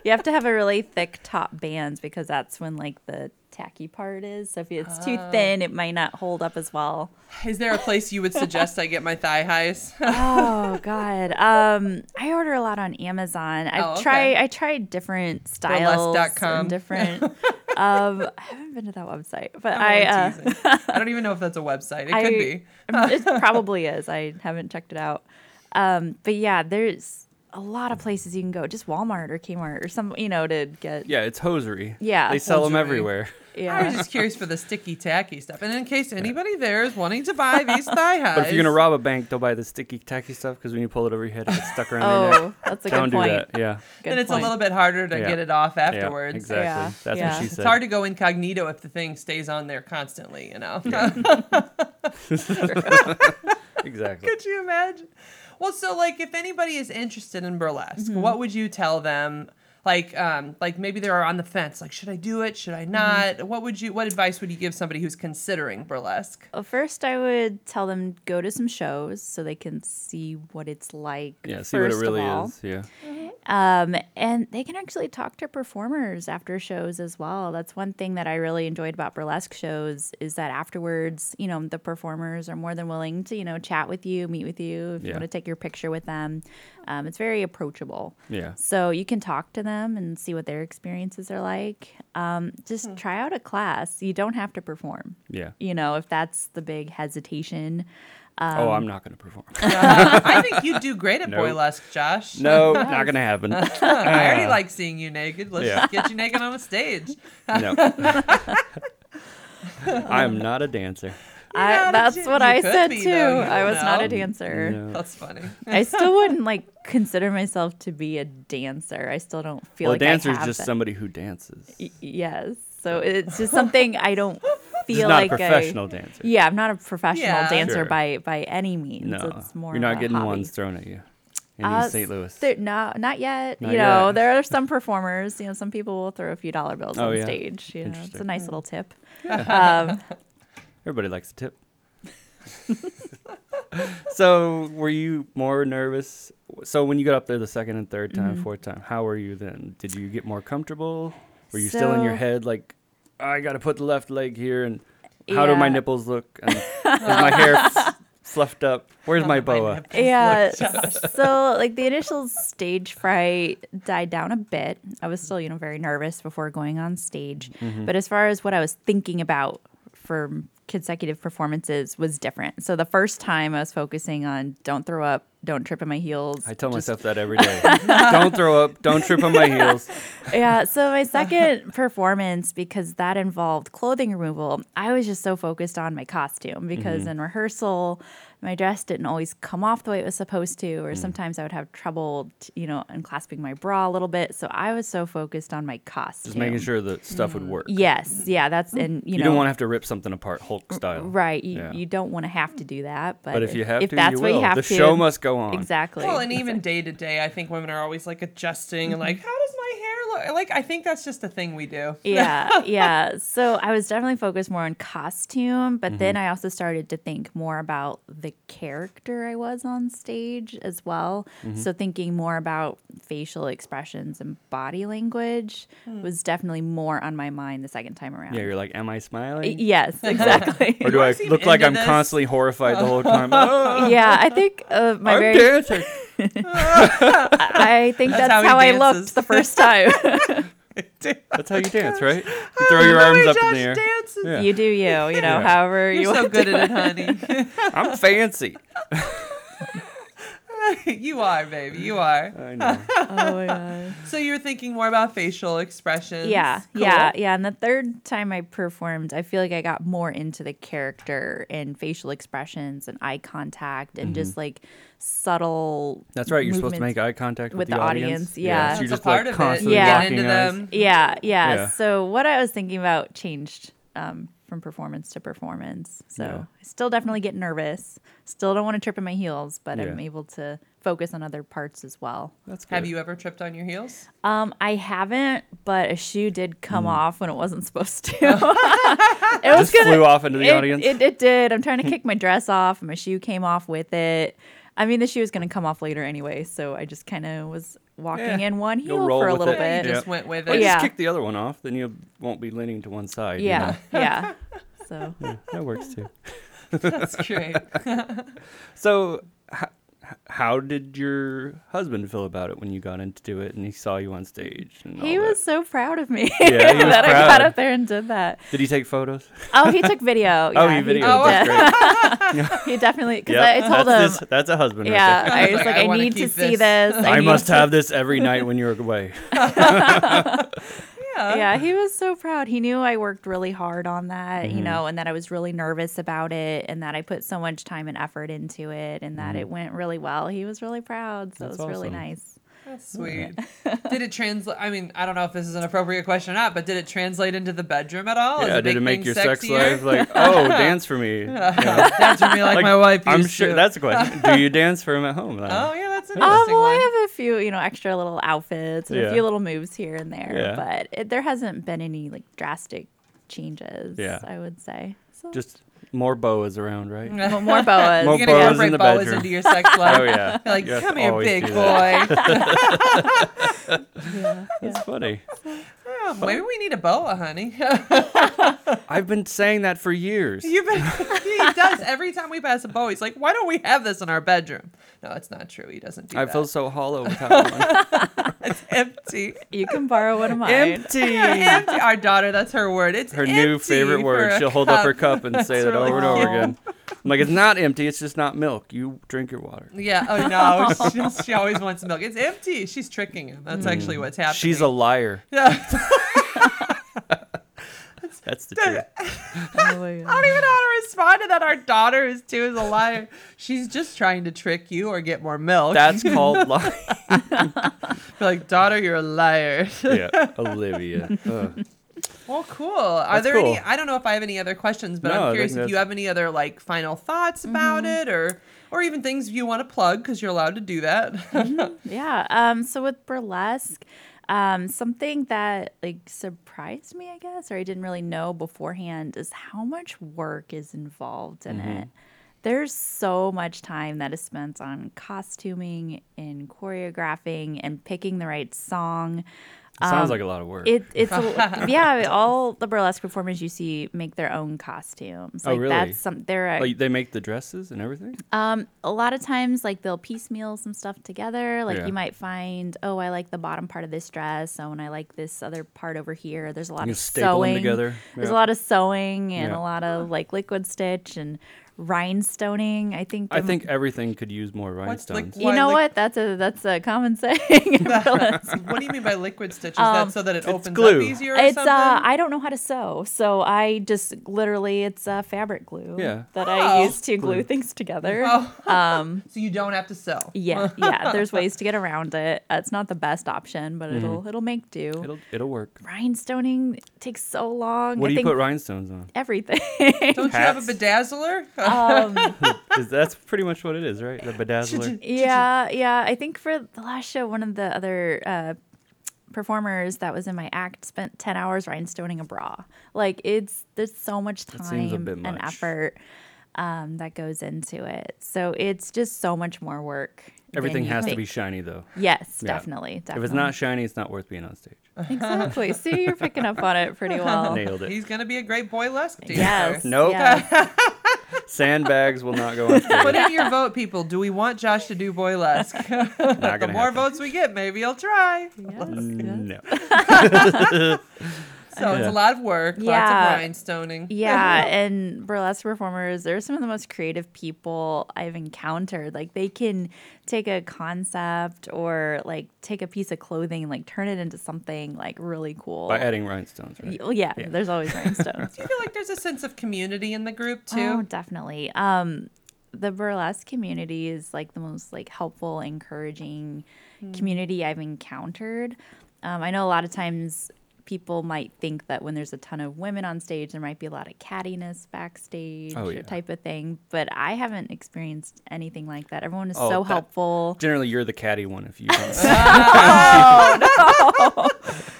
[SPEAKER 3] You have to have a really thick top band because that's when like the tacky part is. So if it's too
[SPEAKER 2] Ah.
[SPEAKER 3] thin, it might not hold up as
[SPEAKER 2] <laughs>
[SPEAKER 3] well.
[SPEAKER 2] Is there a place you would suggest I get my thigh highs?
[SPEAKER 3] Oh God. Um, I order a lot on Amazon. I've
[SPEAKER 2] Oh, okay.
[SPEAKER 3] tried. I tried different styles.
[SPEAKER 2] Burlesque.com. <laughs>
[SPEAKER 3] And different. um, I haven't been to that website, but I.
[SPEAKER 2] I'm
[SPEAKER 3] Uh,
[SPEAKER 2] teasing. I don't even know if that's a website. It
[SPEAKER 3] <laughs> I-
[SPEAKER 2] could be.
[SPEAKER 1] <laughs>
[SPEAKER 3] it probably is. I haven't checked it out. Um, but yeah, there's a lot of places you can go. Just Walmart or Kmart or some, you know, to get.
[SPEAKER 1] Yeah, it's hosiery.
[SPEAKER 3] Yeah,
[SPEAKER 1] They sell them
[SPEAKER 2] hosiery.
[SPEAKER 1] everywhere.
[SPEAKER 2] I was
[SPEAKER 3] yeah.
[SPEAKER 2] just curious for the sticky tacky stuff. And in case anybody there is wanting to buy these
[SPEAKER 3] <laughs>
[SPEAKER 2] thigh highs,
[SPEAKER 1] But if you're gonna rob a bank, they'll buy the sticky tacky stuff because when you pull it over your head, it's stuck around your neck.
[SPEAKER 3] Oh, that's a
[SPEAKER 1] Don't
[SPEAKER 3] good
[SPEAKER 1] do
[SPEAKER 3] point.
[SPEAKER 1] that. Yeah.
[SPEAKER 3] Good
[SPEAKER 2] then it's
[SPEAKER 3] point.
[SPEAKER 2] a little bit harder to
[SPEAKER 1] Yeah.
[SPEAKER 2] get it off
[SPEAKER 1] Yeah,
[SPEAKER 2] afterwards.
[SPEAKER 1] exactly.
[SPEAKER 3] Yeah,
[SPEAKER 1] That's
[SPEAKER 3] yeah.
[SPEAKER 1] what she
[SPEAKER 3] It's
[SPEAKER 1] said.
[SPEAKER 2] It's hard to go incognito if the thing stays on there constantly, you know. <laughs>
[SPEAKER 1] Exactly.
[SPEAKER 2] <laughs> Could you imagine? Well, so like if anybody is interested in burlesque,
[SPEAKER 3] Mm-hmm.
[SPEAKER 2] what would you tell them? Like, um, like maybe they're on the fence. Like, should I do it? Should I
[SPEAKER 3] Mm-hmm.
[SPEAKER 2] not? What would you? What advice would you give somebody who's considering burlesque?
[SPEAKER 1] <laughs>
[SPEAKER 3] Well, first I would tell them go to some shows so they can see what it's like.
[SPEAKER 1] Yeah. See
[SPEAKER 3] first
[SPEAKER 1] what it really
[SPEAKER 3] of all.
[SPEAKER 1] is. Yeah.
[SPEAKER 3] Um, and they can actually talk to performers after shows as well. That's one thing that I really enjoyed about burlesque shows is that afterwards, you know, the performers are more than willing to, you know, chat with you, meet with you, if you
[SPEAKER 1] Yeah.
[SPEAKER 3] want to take your picture with them. Um, it's very approachable.
[SPEAKER 1] Yeah.
[SPEAKER 3] So you can talk to them and see what their experiences are like. Um,
[SPEAKER 2] Hmm.
[SPEAKER 3] just try out a class. You don't have to perform.
[SPEAKER 1] Yeah.
[SPEAKER 3] You know, if that's the big hesitation.
[SPEAKER 1] oh,
[SPEAKER 3] Um,
[SPEAKER 1] I'm not gonna perform.
[SPEAKER 3] <laughs>
[SPEAKER 2] I think you do great at
[SPEAKER 1] Nope.
[SPEAKER 2] burlesque, Josh.
[SPEAKER 1] no, not gonna happen.
[SPEAKER 2] I already like seeing you naked. Let's
[SPEAKER 1] Yeah.
[SPEAKER 2] just get you naked
[SPEAKER 3] <laughs>
[SPEAKER 2] on a stage.
[SPEAKER 1] No. I'm not a dancer.
[SPEAKER 3] I,
[SPEAKER 2] not a
[SPEAKER 3] that's
[SPEAKER 2] dan-
[SPEAKER 3] what
[SPEAKER 2] You
[SPEAKER 3] I
[SPEAKER 2] could
[SPEAKER 3] said
[SPEAKER 2] be,
[SPEAKER 3] too.
[SPEAKER 2] though. You
[SPEAKER 3] I
[SPEAKER 2] don't
[SPEAKER 3] was not a
[SPEAKER 2] know.
[SPEAKER 3] dancer.
[SPEAKER 1] No.
[SPEAKER 2] That's funny.
[SPEAKER 3] I still wouldn't like consider myself to be a dancer. I still don't feel
[SPEAKER 1] Well,
[SPEAKER 3] like
[SPEAKER 1] a dancer
[SPEAKER 3] I
[SPEAKER 1] is
[SPEAKER 3] have
[SPEAKER 1] just
[SPEAKER 3] that.
[SPEAKER 1] somebody who dances.
[SPEAKER 3] Y- yes. So it's just something I
[SPEAKER 1] <laughs>
[SPEAKER 3] don't
[SPEAKER 1] Just
[SPEAKER 3] feel
[SPEAKER 1] not
[SPEAKER 3] like
[SPEAKER 1] a professional
[SPEAKER 3] I,
[SPEAKER 1] dancer.
[SPEAKER 3] Yeah, I'm not a professional
[SPEAKER 2] Yeah.
[SPEAKER 3] dancer
[SPEAKER 1] Sure.
[SPEAKER 3] by by any means.
[SPEAKER 1] No,
[SPEAKER 3] it's more
[SPEAKER 1] you're
[SPEAKER 3] of
[SPEAKER 1] not
[SPEAKER 3] a
[SPEAKER 1] getting
[SPEAKER 3] hobby.
[SPEAKER 1] ones thrown at you in
[SPEAKER 3] Uh,
[SPEAKER 1] East St. Louis.
[SPEAKER 3] There, no, not yet.
[SPEAKER 1] Not
[SPEAKER 3] you know,
[SPEAKER 1] yet.
[SPEAKER 3] there are
[SPEAKER 1] <laughs>
[SPEAKER 3] some performers. You know, some people will throw a few dollar bills
[SPEAKER 1] Oh,
[SPEAKER 3] on
[SPEAKER 1] yeah.
[SPEAKER 3] stage. You know, it's a
[SPEAKER 1] Interesting.
[SPEAKER 3] nice little tip. Um,
[SPEAKER 1] Everybody likes a tip. <laughs> so, were you more nervous? So, when you got up there the second and third
[SPEAKER 3] Mm-hmm.
[SPEAKER 1] time, fourth time, how were you then? Did you get more comfortable? Were you still in your
[SPEAKER 3] So-
[SPEAKER 1] head like, I got to put the left leg here, and how do my
[SPEAKER 3] Yeah.
[SPEAKER 1] nipples look?
[SPEAKER 3] <laughs>
[SPEAKER 1] And is my hair f- fluffed up? Where's my boa? <laughs>
[SPEAKER 2] nipples
[SPEAKER 3] yeah. <laughs> So, like, the initial stage fright died down a bit. I was still, you know, very nervous before going on stage.
[SPEAKER 1] Mm-hmm.
[SPEAKER 3] But as far as what I was thinking about for consecutive performances was different. So, the first time I was focusing on don't throw up, don't trip in my heels.
[SPEAKER 1] I tell myself that every day. don't throw up. Don't trip on my heels.
[SPEAKER 3] yeah.
[SPEAKER 1] <laughs>
[SPEAKER 3] So
[SPEAKER 1] Uh-huh.
[SPEAKER 3] my second performance, because that involved clothing removal, I was just so focused on my costume because
[SPEAKER 1] Mm-hmm.
[SPEAKER 3] in rehearsal, my dress didn't always come off the way it was supposed to,
[SPEAKER 1] Mm.
[SPEAKER 3] or sometimes I would have trouble, t- you know, unclasping my bra a little bit. So I was so focused on my costume.
[SPEAKER 1] Just making sure that stuff would work.
[SPEAKER 3] Yes. Yeah. That's and you,
[SPEAKER 1] You,
[SPEAKER 3] know.
[SPEAKER 1] don't want to have to rip something apart Hulk style.
[SPEAKER 3] Right, you,
[SPEAKER 1] Yeah.
[SPEAKER 3] you don't want to have to do that, but,
[SPEAKER 1] But if you have
[SPEAKER 3] if
[SPEAKER 1] to,
[SPEAKER 3] that's
[SPEAKER 1] you
[SPEAKER 3] what
[SPEAKER 1] will.
[SPEAKER 3] you have
[SPEAKER 1] the
[SPEAKER 3] to,
[SPEAKER 1] show must go on.
[SPEAKER 3] exactly.
[SPEAKER 2] Well, and even day to day, I think women are always like adjusting and like, how does my hair look? Like, I think that's just a thing we do. <laughs>
[SPEAKER 1] <laughs>
[SPEAKER 3] yeah, yeah. So I was definitely focused more on costume, but
[SPEAKER 1] Mm-hmm.
[SPEAKER 3] then I also started to think more about the character I was on stage as well.
[SPEAKER 1] Mm-hmm.
[SPEAKER 3] So thinking more about facial expressions and body language was definitely more on my mind the second time around.
[SPEAKER 1] Hmm. Yeah, you're like, am I
[SPEAKER 3] Y-
[SPEAKER 1] smiling?
[SPEAKER 3] yes, exactly.
[SPEAKER 1] <laughs> Or do I
[SPEAKER 2] I've seen
[SPEAKER 1] look like
[SPEAKER 2] into
[SPEAKER 1] I'm
[SPEAKER 2] this.
[SPEAKER 1] constantly horrified the
[SPEAKER 3] <laughs>
[SPEAKER 1] whole time? Oh,
[SPEAKER 3] yeah, I think uh, my
[SPEAKER 1] I'm
[SPEAKER 3] very
[SPEAKER 1] dancing.
[SPEAKER 3] I think that's,
[SPEAKER 2] how he
[SPEAKER 3] how, I
[SPEAKER 2] dances.
[SPEAKER 3] looked the first time.
[SPEAKER 1] <laughs> That's
[SPEAKER 3] <laughs>
[SPEAKER 1] how you dance, right? You throw your arms up in the air.
[SPEAKER 2] Dances.
[SPEAKER 1] <laughs> Yeah.
[SPEAKER 3] You do you, you know,
[SPEAKER 1] Yeah.
[SPEAKER 3] however you
[SPEAKER 2] You're
[SPEAKER 3] want
[SPEAKER 2] so
[SPEAKER 3] to
[SPEAKER 2] good at it, honey.
[SPEAKER 1] I'm
[SPEAKER 3] <laughs>
[SPEAKER 1] fancy.
[SPEAKER 2] <laughs> you are, baby. You are.
[SPEAKER 1] I know.
[SPEAKER 3] Oh my gosh.
[SPEAKER 2] So you're thinking more about facial expressions.
[SPEAKER 3] Yeah,
[SPEAKER 2] Cool.
[SPEAKER 3] yeah, yeah. And the third time I performed, I feel like I got more into the character and facial expressions and eye contact and just like subtle.
[SPEAKER 1] Mm-hmm. That's right. You're supposed to make
[SPEAKER 3] movements.
[SPEAKER 1] eye contact with,
[SPEAKER 3] With the audience, yeah.
[SPEAKER 1] so
[SPEAKER 2] That's
[SPEAKER 1] you're
[SPEAKER 2] a
[SPEAKER 1] just
[SPEAKER 2] part
[SPEAKER 1] like
[SPEAKER 2] of it. You
[SPEAKER 1] constantly
[SPEAKER 3] Yeah.
[SPEAKER 2] get
[SPEAKER 1] locking
[SPEAKER 2] into
[SPEAKER 1] eyes.
[SPEAKER 2] them.
[SPEAKER 3] Yeah, yeah,
[SPEAKER 1] Yeah.
[SPEAKER 3] So what I was thinking about changed um, from performance to performance. So
[SPEAKER 1] Yeah.
[SPEAKER 3] I still definitely get nervous. Still don't want to trip in my heels, but I'm
[SPEAKER 1] Yeah.
[SPEAKER 3] able to focus on other parts as well.
[SPEAKER 1] That's good.
[SPEAKER 2] Have you ever tripped on your heels?
[SPEAKER 3] Um, I haven't, but a shoe did come off when it wasn't
[SPEAKER 1] <laughs>
[SPEAKER 3] supposed to. <laughs> it was
[SPEAKER 1] Mm. Just
[SPEAKER 3] gonna-
[SPEAKER 1] flew off into the
[SPEAKER 3] it,
[SPEAKER 1] audience.
[SPEAKER 3] It, it did. I'm
[SPEAKER 1] <laughs>
[SPEAKER 3] trying to kick my dress off, and my shoe came off with it. I mean, the shoe was going to come off later anyway, so I just kind of was walking
[SPEAKER 1] Yeah,
[SPEAKER 3] in one
[SPEAKER 1] you'll
[SPEAKER 3] heel
[SPEAKER 1] roll
[SPEAKER 3] for a
[SPEAKER 1] with
[SPEAKER 3] little
[SPEAKER 1] it.
[SPEAKER 2] Yeah,
[SPEAKER 3] bit.
[SPEAKER 2] You
[SPEAKER 1] Yeah.
[SPEAKER 2] just went with
[SPEAKER 1] Or
[SPEAKER 2] it.
[SPEAKER 1] just
[SPEAKER 3] Oh, Yeah.
[SPEAKER 1] kick the other one off, then you won't be leaning to one side. you
[SPEAKER 3] Yeah, yeah. <laughs>
[SPEAKER 1] <laughs>
[SPEAKER 3] So
[SPEAKER 1] know? That works too.
[SPEAKER 2] <laughs> That's great.
[SPEAKER 1] So, how, how did your husband feel about it when you got into it and he saw you on stage? And
[SPEAKER 3] he
[SPEAKER 1] all that?
[SPEAKER 3] was so proud of me
[SPEAKER 1] Yeah,
[SPEAKER 3] <laughs>
[SPEAKER 1] he was
[SPEAKER 3] that I
[SPEAKER 1] proud.
[SPEAKER 3] got up there and did that.
[SPEAKER 1] Did he take photos?
[SPEAKER 3] Oh, he took video.
[SPEAKER 1] <laughs> oh,
[SPEAKER 3] Yeah,
[SPEAKER 1] he videoed.
[SPEAKER 2] Oh,
[SPEAKER 1] That's
[SPEAKER 3] He, did.
[SPEAKER 1] great.
[SPEAKER 3] <laughs> he definitely because
[SPEAKER 1] Yep,
[SPEAKER 3] I told
[SPEAKER 1] that's
[SPEAKER 3] him.
[SPEAKER 1] his- that's a husband. right
[SPEAKER 3] Yeah,
[SPEAKER 1] there.
[SPEAKER 2] <laughs>
[SPEAKER 3] I was
[SPEAKER 2] Like,
[SPEAKER 3] like,
[SPEAKER 2] I
[SPEAKER 3] I,
[SPEAKER 2] wanna
[SPEAKER 3] need to
[SPEAKER 2] keep
[SPEAKER 3] see
[SPEAKER 2] this.
[SPEAKER 3] this.
[SPEAKER 1] I
[SPEAKER 3] need
[SPEAKER 1] must
[SPEAKER 3] to-
[SPEAKER 1] have this every night when you're
[SPEAKER 2] <laughs>
[SPEAKER 1] away.
[SPEAKER 2] Yeah.
[SPEAKER 1] Uh-huh.
[SPEAKER 3] yeah, he was so proud. He knew I worked really hard on that,
[SPEAKER 1] Mm-hmm.
[SPEAKER 3] you know, and that I was really nervous about it and that I put so much time and effort into it and that it went really well. He was really proud. So
[SPEAKER 1] Mm-hmm. That's
[SPEAKER 3] it was really
[SPEAKER 1] awesome.
[SPEAKER 3] nice.
[SPEAKER 2] That's sweet.
[SPEAKER 1] <laughs>
[SPEAKER 2] did it translate? I mean, I don't know if this is an appropriate question or not, but did it translate into the bedroom at all? Is
[SPEAKER 1] yeah, did it make
[SPEAKER 2] thing
[SPEAKER 1] your sex
[SPEAKER 2] sexier?
[SPEAKER 1] life
[SPEAKER 2] <laughs>
[SPEAKER 1] like, oh, dance for me?
[SPEAKER 2] That's for me, <laughs>
[SPEAKER 1] <laughs>
[SPEAKER 2] like,
[SPEAKER 1] Like,
[SPEAKER 2] my wife used
[SPEAKER 1] I'm sure
[SPEAKER 2] to.
[SPEAKER 1] that's a question. Do
[SPEAKER 2] <laughs>
[SPEAKER 1] you dance for him at home?
[SPEAKER 2] Oh yeah, that's an
[SPEAKER 3] Oh,
[SPEAKER 2] interesting.
[SPEAKER 3] well,
[SPEAKER 2] one.
[SPEAKER 3] I have a few, you know, extra little outfits and
[SPEAKER 1] Yeah.
[SPEAKER 3] a few little moves here and there,
[SPEAKER 1] Yeah.
[SPEAKER 3] but it, there hasn't been any like drastic changes,
[SPEAKER 1] Yeah.
[SPEAKER 3] I would say. So
[SPEAKER 1] Just more boas around, right?
[SPEAKER 3] Well, more boas.
[SPEAKER 1] More
[SPEAKER 2] You're gonna
[SPEAKER 1] boas in
[SPEAKER 2] incorporate
[SPEAKER 1] the
[SPEAKER 2] boas
[SPEAKER 1] bedroom.
[SPEAKER 2] into your sex life.
[SPEAKER 1] <laughs> Oh yeah.
[SPEAKER 2] You're <laughs> like,
[SPEAKER 1] You have to
[SPEAKER 2] come here,
[SPEAKER 1] always
[SPEAKER 2] big
[SPEAKER 1] do that. <laughs>
[SPEAKER 2] boy.
[SPEAKER 3] Yeah, yeah.
[SPEAKER 1] It's funny.
[SPEAKER 2] Oh, Maybe we need a boa, honey. <laughs>
[SPEAKER 1] I've been saying that for years.
[SPEAKER 2] You've been, <laughs> he does every time we pass a boa. He's like, why don't we have this in our bedroom? No, it's not true. He doesn't do
[SPEAKER 1] I
[SPEAKER 2] that.
[SPEAKER 1] feel so hollow
[SPEAKER 2] <laughs>
[SPEAKER 1] without one.
[SPEAKER 2] it's empty.
[SPEAKER 3] You can borrow one of mine.
[SPEAKER 1] Empty.
[SPEAKER 2] <laughs> empty. Our daughter, that's her word. It's
[SPEAKER 1] Her new
[SPEAKER 2] empty
[SPEAKER 1] favorite
[SPEAKER 2] for
[SPEAKER 1] word.
[SPEAKER 2] a
[SPEAKER 1] She'll hold up her cup and say that
[SPEAKER 2] really
[SPEAKER 1] over and over
[SPEAKER 3] cool.
[SPEAKER 1] again. I'm like, it's not empty. It's just not milk. You drink your water.
[SPEAKER 3] <laughs>
[SPEAKER 2] Yeah. Oh no. She, she always wants milk. It's empty. She's
[SPEAKER 1] Mm.
[SPEAKER 2] <laughs> tricking him. That's actually what's happening.
[SPEAKER 1] She's a liar.
[SPEAKER 2] Yeah. It's-
[SPEAKER 1] That's the truth.
[SPEAKER 3] Oh my
[SPEAKER 2] I
[SPEAKER 3] God.
[SPEAKER 2] don't even know how to respond to that. Our daughter is too is a liar. She's just trying to trick you or get more milk.
[SPEAKER 1] That's called lying.
[SPEAKER 2] Be <laughs> like, daughter, you're a liar. <laughs>
[SPEAKER 1] yeah, Olivia. Ugh.
[SPEAKER 2] well, cool. Are
[SPEAKER 1] That's
[SPEAKER 2] there any?
[SPEAKER 1] cool.
[SPEAKER 2] I don't know if I have any other questions, but
[SPEAKER 1] No, I
[SPEAKER 2] I'm
[SPEAKER 1] think
[SPEAKER 2] curious if you
[SPEAKER 1] that's-
[SPEAKER 2] have any other like final thoughts
[SPEAKER 3] Mm-hmm.
[SPEAKER 2] about it, or or even things you want to plug because you're allowed to do that.
[SPEAKER 3] Yeah. Um, so with burlesque, um, something that like surprised me, I guess, or I didn't really know beforehand, is how much work is involved in
[SPEAKER 1] Mm-hmm.
[SPEAKER 3] it. There's so much time that is spent on costuming and choreographing and picking the right song.
[SPEAKER 2] Um,
[SPEAKER 1] Sounds like a lot of work.
[SPEAKER 3] It, it's a,
[SPEAKER 1] <laughs>
[SPEAKER 3] yeah. All the burlesque performers you see make their own costumes.
[SPEAKER 1] Oh,
[SPEAKER 3] Like
[SPEAKER 1] really?
[SPEAKER 3] That's some. They're a-
[SPEAKER 1] Oh, they make the dresses and everything.
[SPEAKER 3] um, a lot of times, like they'll piecemeal some stuff together. Like
[SPEAKER 1] Yeah.
[SPEAKER 3] you might find, oh, I like the bottom part of this dress, oh, and I like this other part over here. There's a lot
[SPEAKER 1] You
[SPEAKER 3] of
[SPEAKER 1] staple 'em
[SPEAKER 3] sewing.
[SPEAKER 1] together.
[SPEAKER 3] There's
[SPEAKER 1] Yeah.
[SPEAKER 3] a lot of sewing and
[SPEAKER 1] Yeah.
[SPEAKER 3] a lot of like liquid stitch and rhinestoning. I think.
[SPEAKER 1] I
[SPEAKER 3] the-
[SPEAKER 1] think everything could use more
[SPEAKER 2] Um, What's like-
[SPEAKER 1] rhinestones.
[SPEAKER 3] You know
[SPEAKER 2] Why, like-
[SPEAKER 3] what? That's a that's a
[SPEAKER 1] <laughs>
[SPEAKER 3] common <laughs> saying. in burlesque.
[SPEAKER 2] <laughs> what do you mean by liquid stitch? Is that so that it opens
[SPEAKER 1] glue.
[SPEAKER 2] up easier? Or
[SPEAKER 3] Um, it's
[SPEAKER 2] something?
[SPEAKER 3] uh, I don't know how to sew, so I just literally it's uh, fabric glue
[SPEAKER 1] Yeah. Oh.
[SPEAKER 3] that I
[SPEAKER 2] Oh.
[SPEAKER 3] use to glue things together.
[SPEAKER 2] so you don't have to sew.
[SPEAKER 1] <laughs>
[SPEAKER 3] Yeah, yeah. There's ways to get around it. Uh, It's not the best option, but it'll it'll make do.
[SPEAKER 1] Mm-hmm. It'll it'll work.
[SPEAKER 3] Rhinestoning takes so long.
[SPEAKER 1] What
[SPEAKER 3] I
[SPEAKER 1] do you
[SPEAKER 3] think
[SPEAKER 1] put rhinestones
[SPEAKER 2] <laughs>
[SPEAKER 1] on? <laughs>
[SPEAKER 3] Everything.
[SPEAKER 2] Don't
[SPEAKER 1] Hats.
[SPEAKER 2] you have a bedazzler?
[SPEAKER 1] Is, that's pretty much what it is, right? The bedazzler.
[SPEAKER 3] <laughs> yeah, yeah. I think for the last show, one of the other uh, performers that was in my act spent ten hours rhinestoning a bra. Like it's there's so much
[SPEAKER 1] seems a
[SPEAKER 3] time
[SPEAKER 1] bit
[SPEAKER 3] and
[SPEAKER 1] much.
[SPEAKER 3] effort um, that goes into it. So it's just so much more work. than
[SPEAKER 1] Everything
[SPEAKER 3] you
[SPEAKER 1] has to
[SPEAKER 3] think.
[SPEAKER 1] be shiny though.
[SPEAKER 3] Yes,
[SPEAKER 1] Yeah.
[SPEAKER 3] definitely, definitely.
[SPEAKER 1] If it's not shiny, it's not worth being on stage.
[SPEAKER 3] exactly. See, you're picking up on it pretty
[SPEAKER 1] <laughs>
[SPEAKER 3] well.
[SPEAKER 1] Nailed it.
[SPEAKER 2] Oh, He's gonna be a great boylesque teacher.
[SPEAKER 3] Yes.
[SPEAKER 1] Nope.
[SPEAKER 3] yes.
[SPEAKER 1] Sandbags will not
[SPEAKER 2] <laughs>
[SPEAKER 1] go on stage.
[SPEAKER 2] Put in your vote, people. Do we want Josh to do <laughs> boylesque?
[SPEAKER 1] <laughs> Not
[SPEAKER 2] the
[SPEAKER 1] gonna
[SPEAKER 2] more
[SPEAKER 1] happen.
[SPEAKER 2] votes we get, maybe he'll try.
[SPEAKER 3] yes.
[SPEAKER 1] No.
[SPEAKER 2] So it's a lot of work,
[SPEAKER 3] Yeah.
[SPEAKER 2] lots of rhinestoning.
[SPEAKER 3] Yeah, and burlesque performers, they're some of the most creative people I've encountered. Like they can take a concept or like take a piece of clothing and like turn it into something like really cool.
[SPEAKER 1] <laughs> By adding rhinestones, right?
[SPEAKER 3] Y- oh, yeah,
[SPEAKER 1] Yeah.
[SPEAKER 3] there's always rhinestones.
[SPEAKER 2] Do you feel like there's a sense of community in the group too?
[SPEAKER 3] oh, definitely. Um the burlesque community is like the most like helpful, encouraging
[SPEAKER 1] Hmm.
[SPEAKER 3] community I've encountered. Um, I know a lot of times people might think that when there's a ton of women on stage, there might be a lot of cattiness backstage
[SPEAKER 1] Oh, yeah.
[SPEAKER 3] type of thing, but I haven't experienced anything like that. Everyone is
[SPEAKER 1] Oh,
[SPEAKER 3] so
[SPEAKER 1] that-
[SPEAKER 3] helpful.
[SPEAKER 1] Generally, you're the catty one if
[SPEAKER 3] <laughs>
[SPEAKER 1] you.
[SPEAKER 3] oh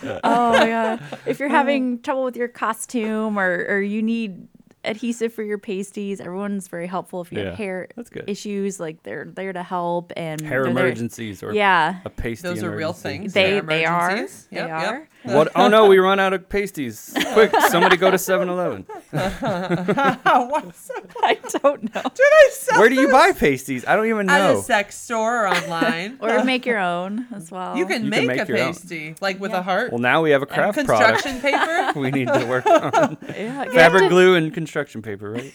[SPEAKER 3] my
[SPEAKER 1] <laughs>
[SPEAKER 3] god! If you're having trouble with your costume or or you need adhesive for your pasties, everyone's very helpful. If you
[SPEAKER 1] Yeah,
[SPEAKER 3] have hair
[SPEAKER 1] that's good.
[SPEAKER 3] issues, like they're there to help and
[SPEAKER 1] hair
[SPEAKER 3] they're there-
[SPEAKER 1] emergencies or
[SPEAKER 3] Yeah,
[SPEAKER 1] a pasty.
[SPEAKER 2] Those are real
[SPEAKER 1] emergency.
[SPEAKER 2] things.
[SPEAKER 3] they
[SPEAKER 2] Yeah,
[SPEAKER 3] they are
[SPEAKER 2] emergencies.
[SPEAKER 3] they
[SPEAKER 2] Yep, yep.
[SPEAKER 3] are.
[SPEAKER 1] <laughs>
[SPEAKER 2] <laughs>
[SPEAKER 1] What? Oh no, we run out of pasties.
[SPEAKER 3] <laughs>
[SPEAKER 1] Quick, somebody go to 7-Eleven.
[SPEAKER 2] What's
[SPEAKER 3] <laughs> I
[SPEAKER 1] <laughs>
[SPEAKER 3] don't know.
[SPEAKER 2] do they sell?
[SPEAKER 1] Where do you buy pasties? I don't even
[SPEAKER 2] At a
[SPEAKER 1] know.
[SPEAKER 2] sex store
[SPEAKER 3] <laughs>
[SPEAKER 2] or online.
[SPEAKER 3] Or make your own as well.
[SPEAKER 2] you can
[SPEAKER 1] You
[SPEAKER 2] make
[SPEAKER 1] can make
[SPEAKER 2] a
[SPEAKER 1] your own.
[SPEAKER 2] pasty, like with
[SPEAKER 3] Yeah.
[SPEAKER 2] a heart.
[SPEAKER 1] Well, now we have a
[SPEAKER 2] and
[SPEAKER 1] craft product. <laughs>
[SPEAKER 2] construction paper.
[SPEAKER 1] We need
[SPEAKER 3] <laughs>
[SPEAKER 1] to work on
[SPEAKER 3] yeah, you
[SPEAKER 1] <laughs>
[SPEAKER 3] have
[SPEAKER 1] fabric
[SPEAKER 3] to-
[SPEAKER 1] glue and construction paper, right?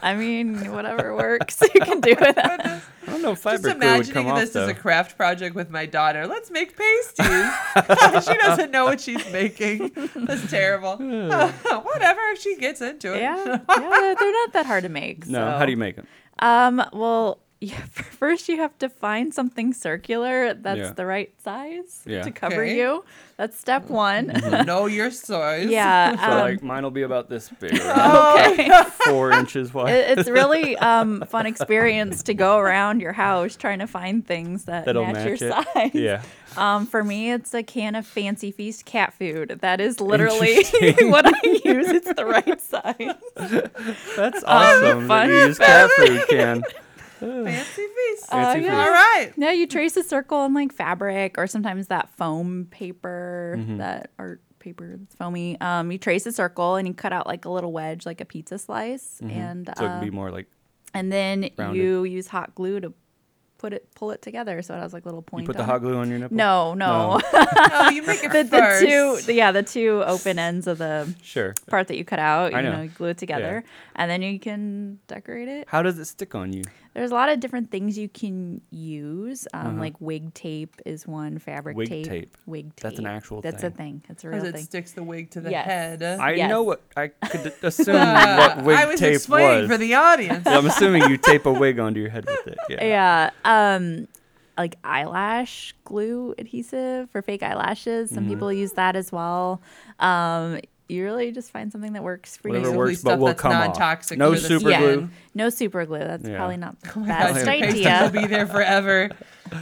[SPEAKER 3] I mean, whatever works, you can do
[SPEAKER 1] <laughs>
[SPEAKER 3] it. <laughs>
[SPEAKER 1] I don't know if
[SPEAKER 2] Just
[SPEAKER 1] fabric glue would come
[SPEAKER 2] imagining
[SPEAKER 1] off
[SPEAKER 2] this
[SPEAKER 1] though.
[SPEAKER 2] as a craft project with my daughter. Let's
[SPEAKER 1] <laughs>
[SPEAKER 2] make pasties. she doesn't know what she's making. That's terrible. <laughs> Whatever, if she gets into it.
[SPEAKER 3] Yeah, yeah, they're- they're not that hard to
[SPEAKER 1] <laughs>
[SPEAKER 3] make.
[SPEAKER 1] no,
[SPEAKER 3] so.
[SPEAKER 1] how do you make them?
[SPEAKER 3] Um, well, <laughs> yeah, first you have to find something circular that's
[SPEAKER 1] Yeah.
[SPEAKER 3] the right size
[SPEAKER 1] Yeah. Mm-hmm.
[SPEAKER 3] to cover
[SPEAKER 2] Okay.
[SPEAKER 3] you. That's step one.
[SPEAKER 2] Know
[SPEAKER 1] <laughs>
[SPEAKER 2] your size. Oh,
[SPEAKER 3] yeah.
[SPEAKER 1] So
[SPEAKER 3] um,
[SPEAKER 1] like mine will be about this
[SPEAKER 3] <laughs>
[SPEAKER 1] big,
[SPEAKER 3] okay.
[SPEAKER 1] four inches wide.
[SPEAKER 3] It- it's really um fun experience to go around your house trying to find things that
[SPEAKER 1] That'll
[SPEAKER 3] match, your
[SPEAKER 1] match it.
[SPEAKER 3] size.
[SPEAKER 1] yeah,
[SPEAKER 3] Um, for me, it's a can of Fancy Feast cat food. That is literally <laughs> what I use. It's the
[SPEAKER 1] <laughs>
[SPEAKER 3] right size. <laughs>
[SPEAKER 1] that's awesome. that
[SPEAKER 3] fun.
[SPEAKER 1] you use cat food can.
[SPEAKER 2] Fancy feast.
[SPEAKER 1] Fancy
[SPEAKER 3] Uh, yeah.
[SPEAKER 2] All
[SPEAKER 1] food.
[SPEAKER 2] right.
[SPEAKER 3] No, you trace a circle in like fabric or sometimes that foam paper,
[SPEAKER 1] Mm-hmm.
[SPEAKER 3] that art paper that's foamy. Um, you trace a circle and you cut out like a little wedge, like a pizza slice, <laughs> and
[SPEAKER 1] Mm-hmm. So it'd
[SPEAKER 3] uh,
[SPEAKER 1] be more like
[SPEAKER 3] and then
[SPEAKER 1] rounded.
[SPEAKER 3] you use hot glue to put it pull it together so it has like little point.
[SPEAKER 1] you put the
[SPEAKER 3] on
[SPEAKER 1] hot
[SPEAKER 3] it.
[SPEAKER 1] glue on your nipple.
[SPEAKER 3] No, no,
[SPEAKER 2] Oh, you make it
[SPEAKER 3] <laughs> the,
[SPEAKER 2] first.
[SPEAKER 3] the two, yeah, the two open ends of
[SPEAKER 1] <laughs>
[SPEAKER 3] the
[SPEAKER 1] sure.
[SPEAKER 3] part that you cut out.
[SPEAKER 1] I
[SPEAKER 3] You
[SPEAKER 1] know.
[SPEAKER 3] know, glue it together, and then you can decorate it.
[SPEAKER 1] How does it stick on you?
[SPEAKER 3] there's a lot of different things you can use. Um, Like wig tape is one, fabric
[SPEAKER 1] Uh-huh. Wig
[SPEAKER 3] tape.
[SPEAKER 1] tape.
[SPEAKER 3] Wig tape.
[SPEAKER 1] That's an actual
[SPEAKER 3] That's
[SPEAKER 1] thing.
[SPEAKER 3] a thing. That's a real
[SPEAKER 2] Because it
[SPEAKER 3] thing.
[SPEAKER 2] sticks the wig to the
[SPEAKER 3] Yes.
[SPEAKER 2] head.
[SPEAKER 1] I
[SPEAKER 3] Yes.
[SPEAKER 1] know what I
[SPEAKER 2] <laughs>
[SPEAKER 1] could assume
[SPEAKER 2] Uh,
[SPEAKER 1] what wig
[SPEAKER 2] I was
[SPEAKER 1] tape
[SPEAKER 2] explaining
[SPEAKER 1] was. <laughs>
[SPEAKER 2] for the
[SPEAKER 3] <laughs>
[SPEAKER 2] audience.
[SPEAKER 1] I'm assuming you tape a wig onto your head with it. Yeah.
[SPEAKER 3] yeah. Um, like eyelash glue adhesive for fake eyelashes. Some people use that as well. Um, you really just find something that works for
[SPEAKER 1] Whatever
[SPEAKER 3] you.
[SPEAKER 2] Basically
[SPEAKER 1] works, but
[SPEAKER 2] stuff
[SPEAKER 1] will
[SPEAKER 2] that's
[SPEAKER 1] come off.
[SPEAKER 2] non-toxic
[SPEAKER 1] No
[SPEAKER 2] for the
[SPEAKER 1] super
[SPEAKER 3] yeah.
[SPEAKER 1] glue.
[SPEAKER 3] No super glue. That's
[SPEAKER 1] Yeah.
[SPEAKER 3] probly not the
[SPEAKER 2] Oh my gosh,
[SPEAKER 3] best
[SPEAKER 2] <laughs> your pasty
[SPEAKER 3] idea.
[SPEAKER 2] will be there forever.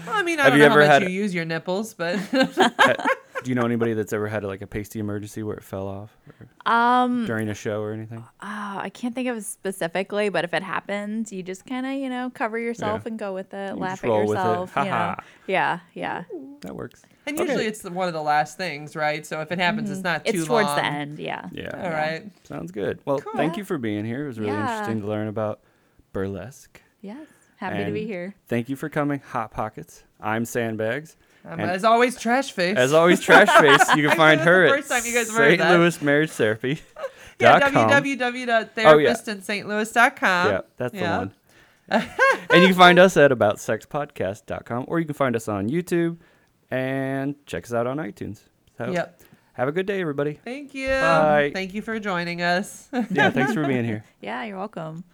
[SPEAKER 2] I mean, I
[SPEAKER 1] Have
[SPEAKER 2] don't
[SPEAKER 1] you
[SPEAKER 2] know how
[SPEAKER 1] ever
[SPEAKER 2] much
[SPEAKER 1] had-
[SPEAKER 2] you use your nipples, but <laughs>
[SPEAKER 1] Do you know anybody that's ever had like a pasty emergency where it fell off or
[SPEAKER 2] Hmm.
[SPEAKER 3] Um,
[SPEAKER 1] during a show or anything?
[SPEAKER 3] oh, I can't think of it specifically, but if it happens, you just kind of, you know, cover yourself
[SPEAKER 1] Yeah.
[SPEAKER 3] and go with it,
[SPEAKER 1] You
[SPEAKER 3] laugh
[SPEAKER 1] just
[SPEAKER 3] at
[SPEAKER 1] roll with it.
[SPEAKER 3] yourself.
[SPEAKER 1] Ha
[SPEAKER 3] You know.
[SPEAKER 1] ha.
[SPEAKER 3] Yeah, yeah.
[SPEAKER 1] That works.
[SPEAKER 2] and
[SPEAKER 1] Okay.
[SPEAKER 2] usually it's the, one of the last things, right? So if it happens, it's not too
[SPEAKER 3] Mm-hmm. It's towards
[SPEAKER 2] long.
[SPEAKER 3] the end. Yeah.
[SPEAKER 1] Yeah.
[SPEAKER 2] All right.
[SPEAKER 1] Sounds good. Well,
[SPEAKER 2] Cool.
[SPEAKER 1] thank you for being here. It was really
[SPEAKER 3] Yeah.
[SPEAKER 1] interesting to learn about burlesque.
[SPEAKER 3] Yes. Happy to
[SPEAKER 1] And
[SPEAKER 3] be here.
[SPEAKER 1] Thank you for coming, Hot Pockets. I'm Sandbags.
[SPEAKER 2] Um,
[SPEAKER 1] And-
[SPEAKER 2] as always, trash face.
[SPEAKER 1] As always, Trash Face.
[SPEAKER 2] <laughs>
[SPEAKER 1] You can find
[SPEAKER 2] that's
[SPEAKER 1] her
[SPEAKER 2] the
[SPEAKER 1] at
[SPEAKER 2] first time you guys have heard
[SPEAKER 1] St.
[SPEAKER 2] that.
[SPEAKER 1] Louis Marriage Therapy.
[SPEAKER 2] <laughs> yeah,
[SPEAKER 1] dot com. Oh,
[SPEAKER 2] www.therapistintlouis.com.
[SPEAKER 1] Yeah, that's
[SPEAKER 2] Yeah.
[SPEAKER 1] the
[SPEAKER 2] <laughs>
[SPEAKER 1] one. and you can find us at aboutsexpodcast.com or you can find us on YouTube and check us out on iTunes. So
[SPEAKER 2] Yep.
[SPEAKER 1] have a good day,
[SPEAKER 2] <laughs>
[SPEAKER 1] everybody.
[SPEAKER 2] Thank you.
[SPEAKER 1] Oh. Bye.
[SPEAKER 2] Thank you for joining us.
[SPEAKER 1] Yeah, thanks for being here.
[SPEAKER 3] Yeah, you're welcome.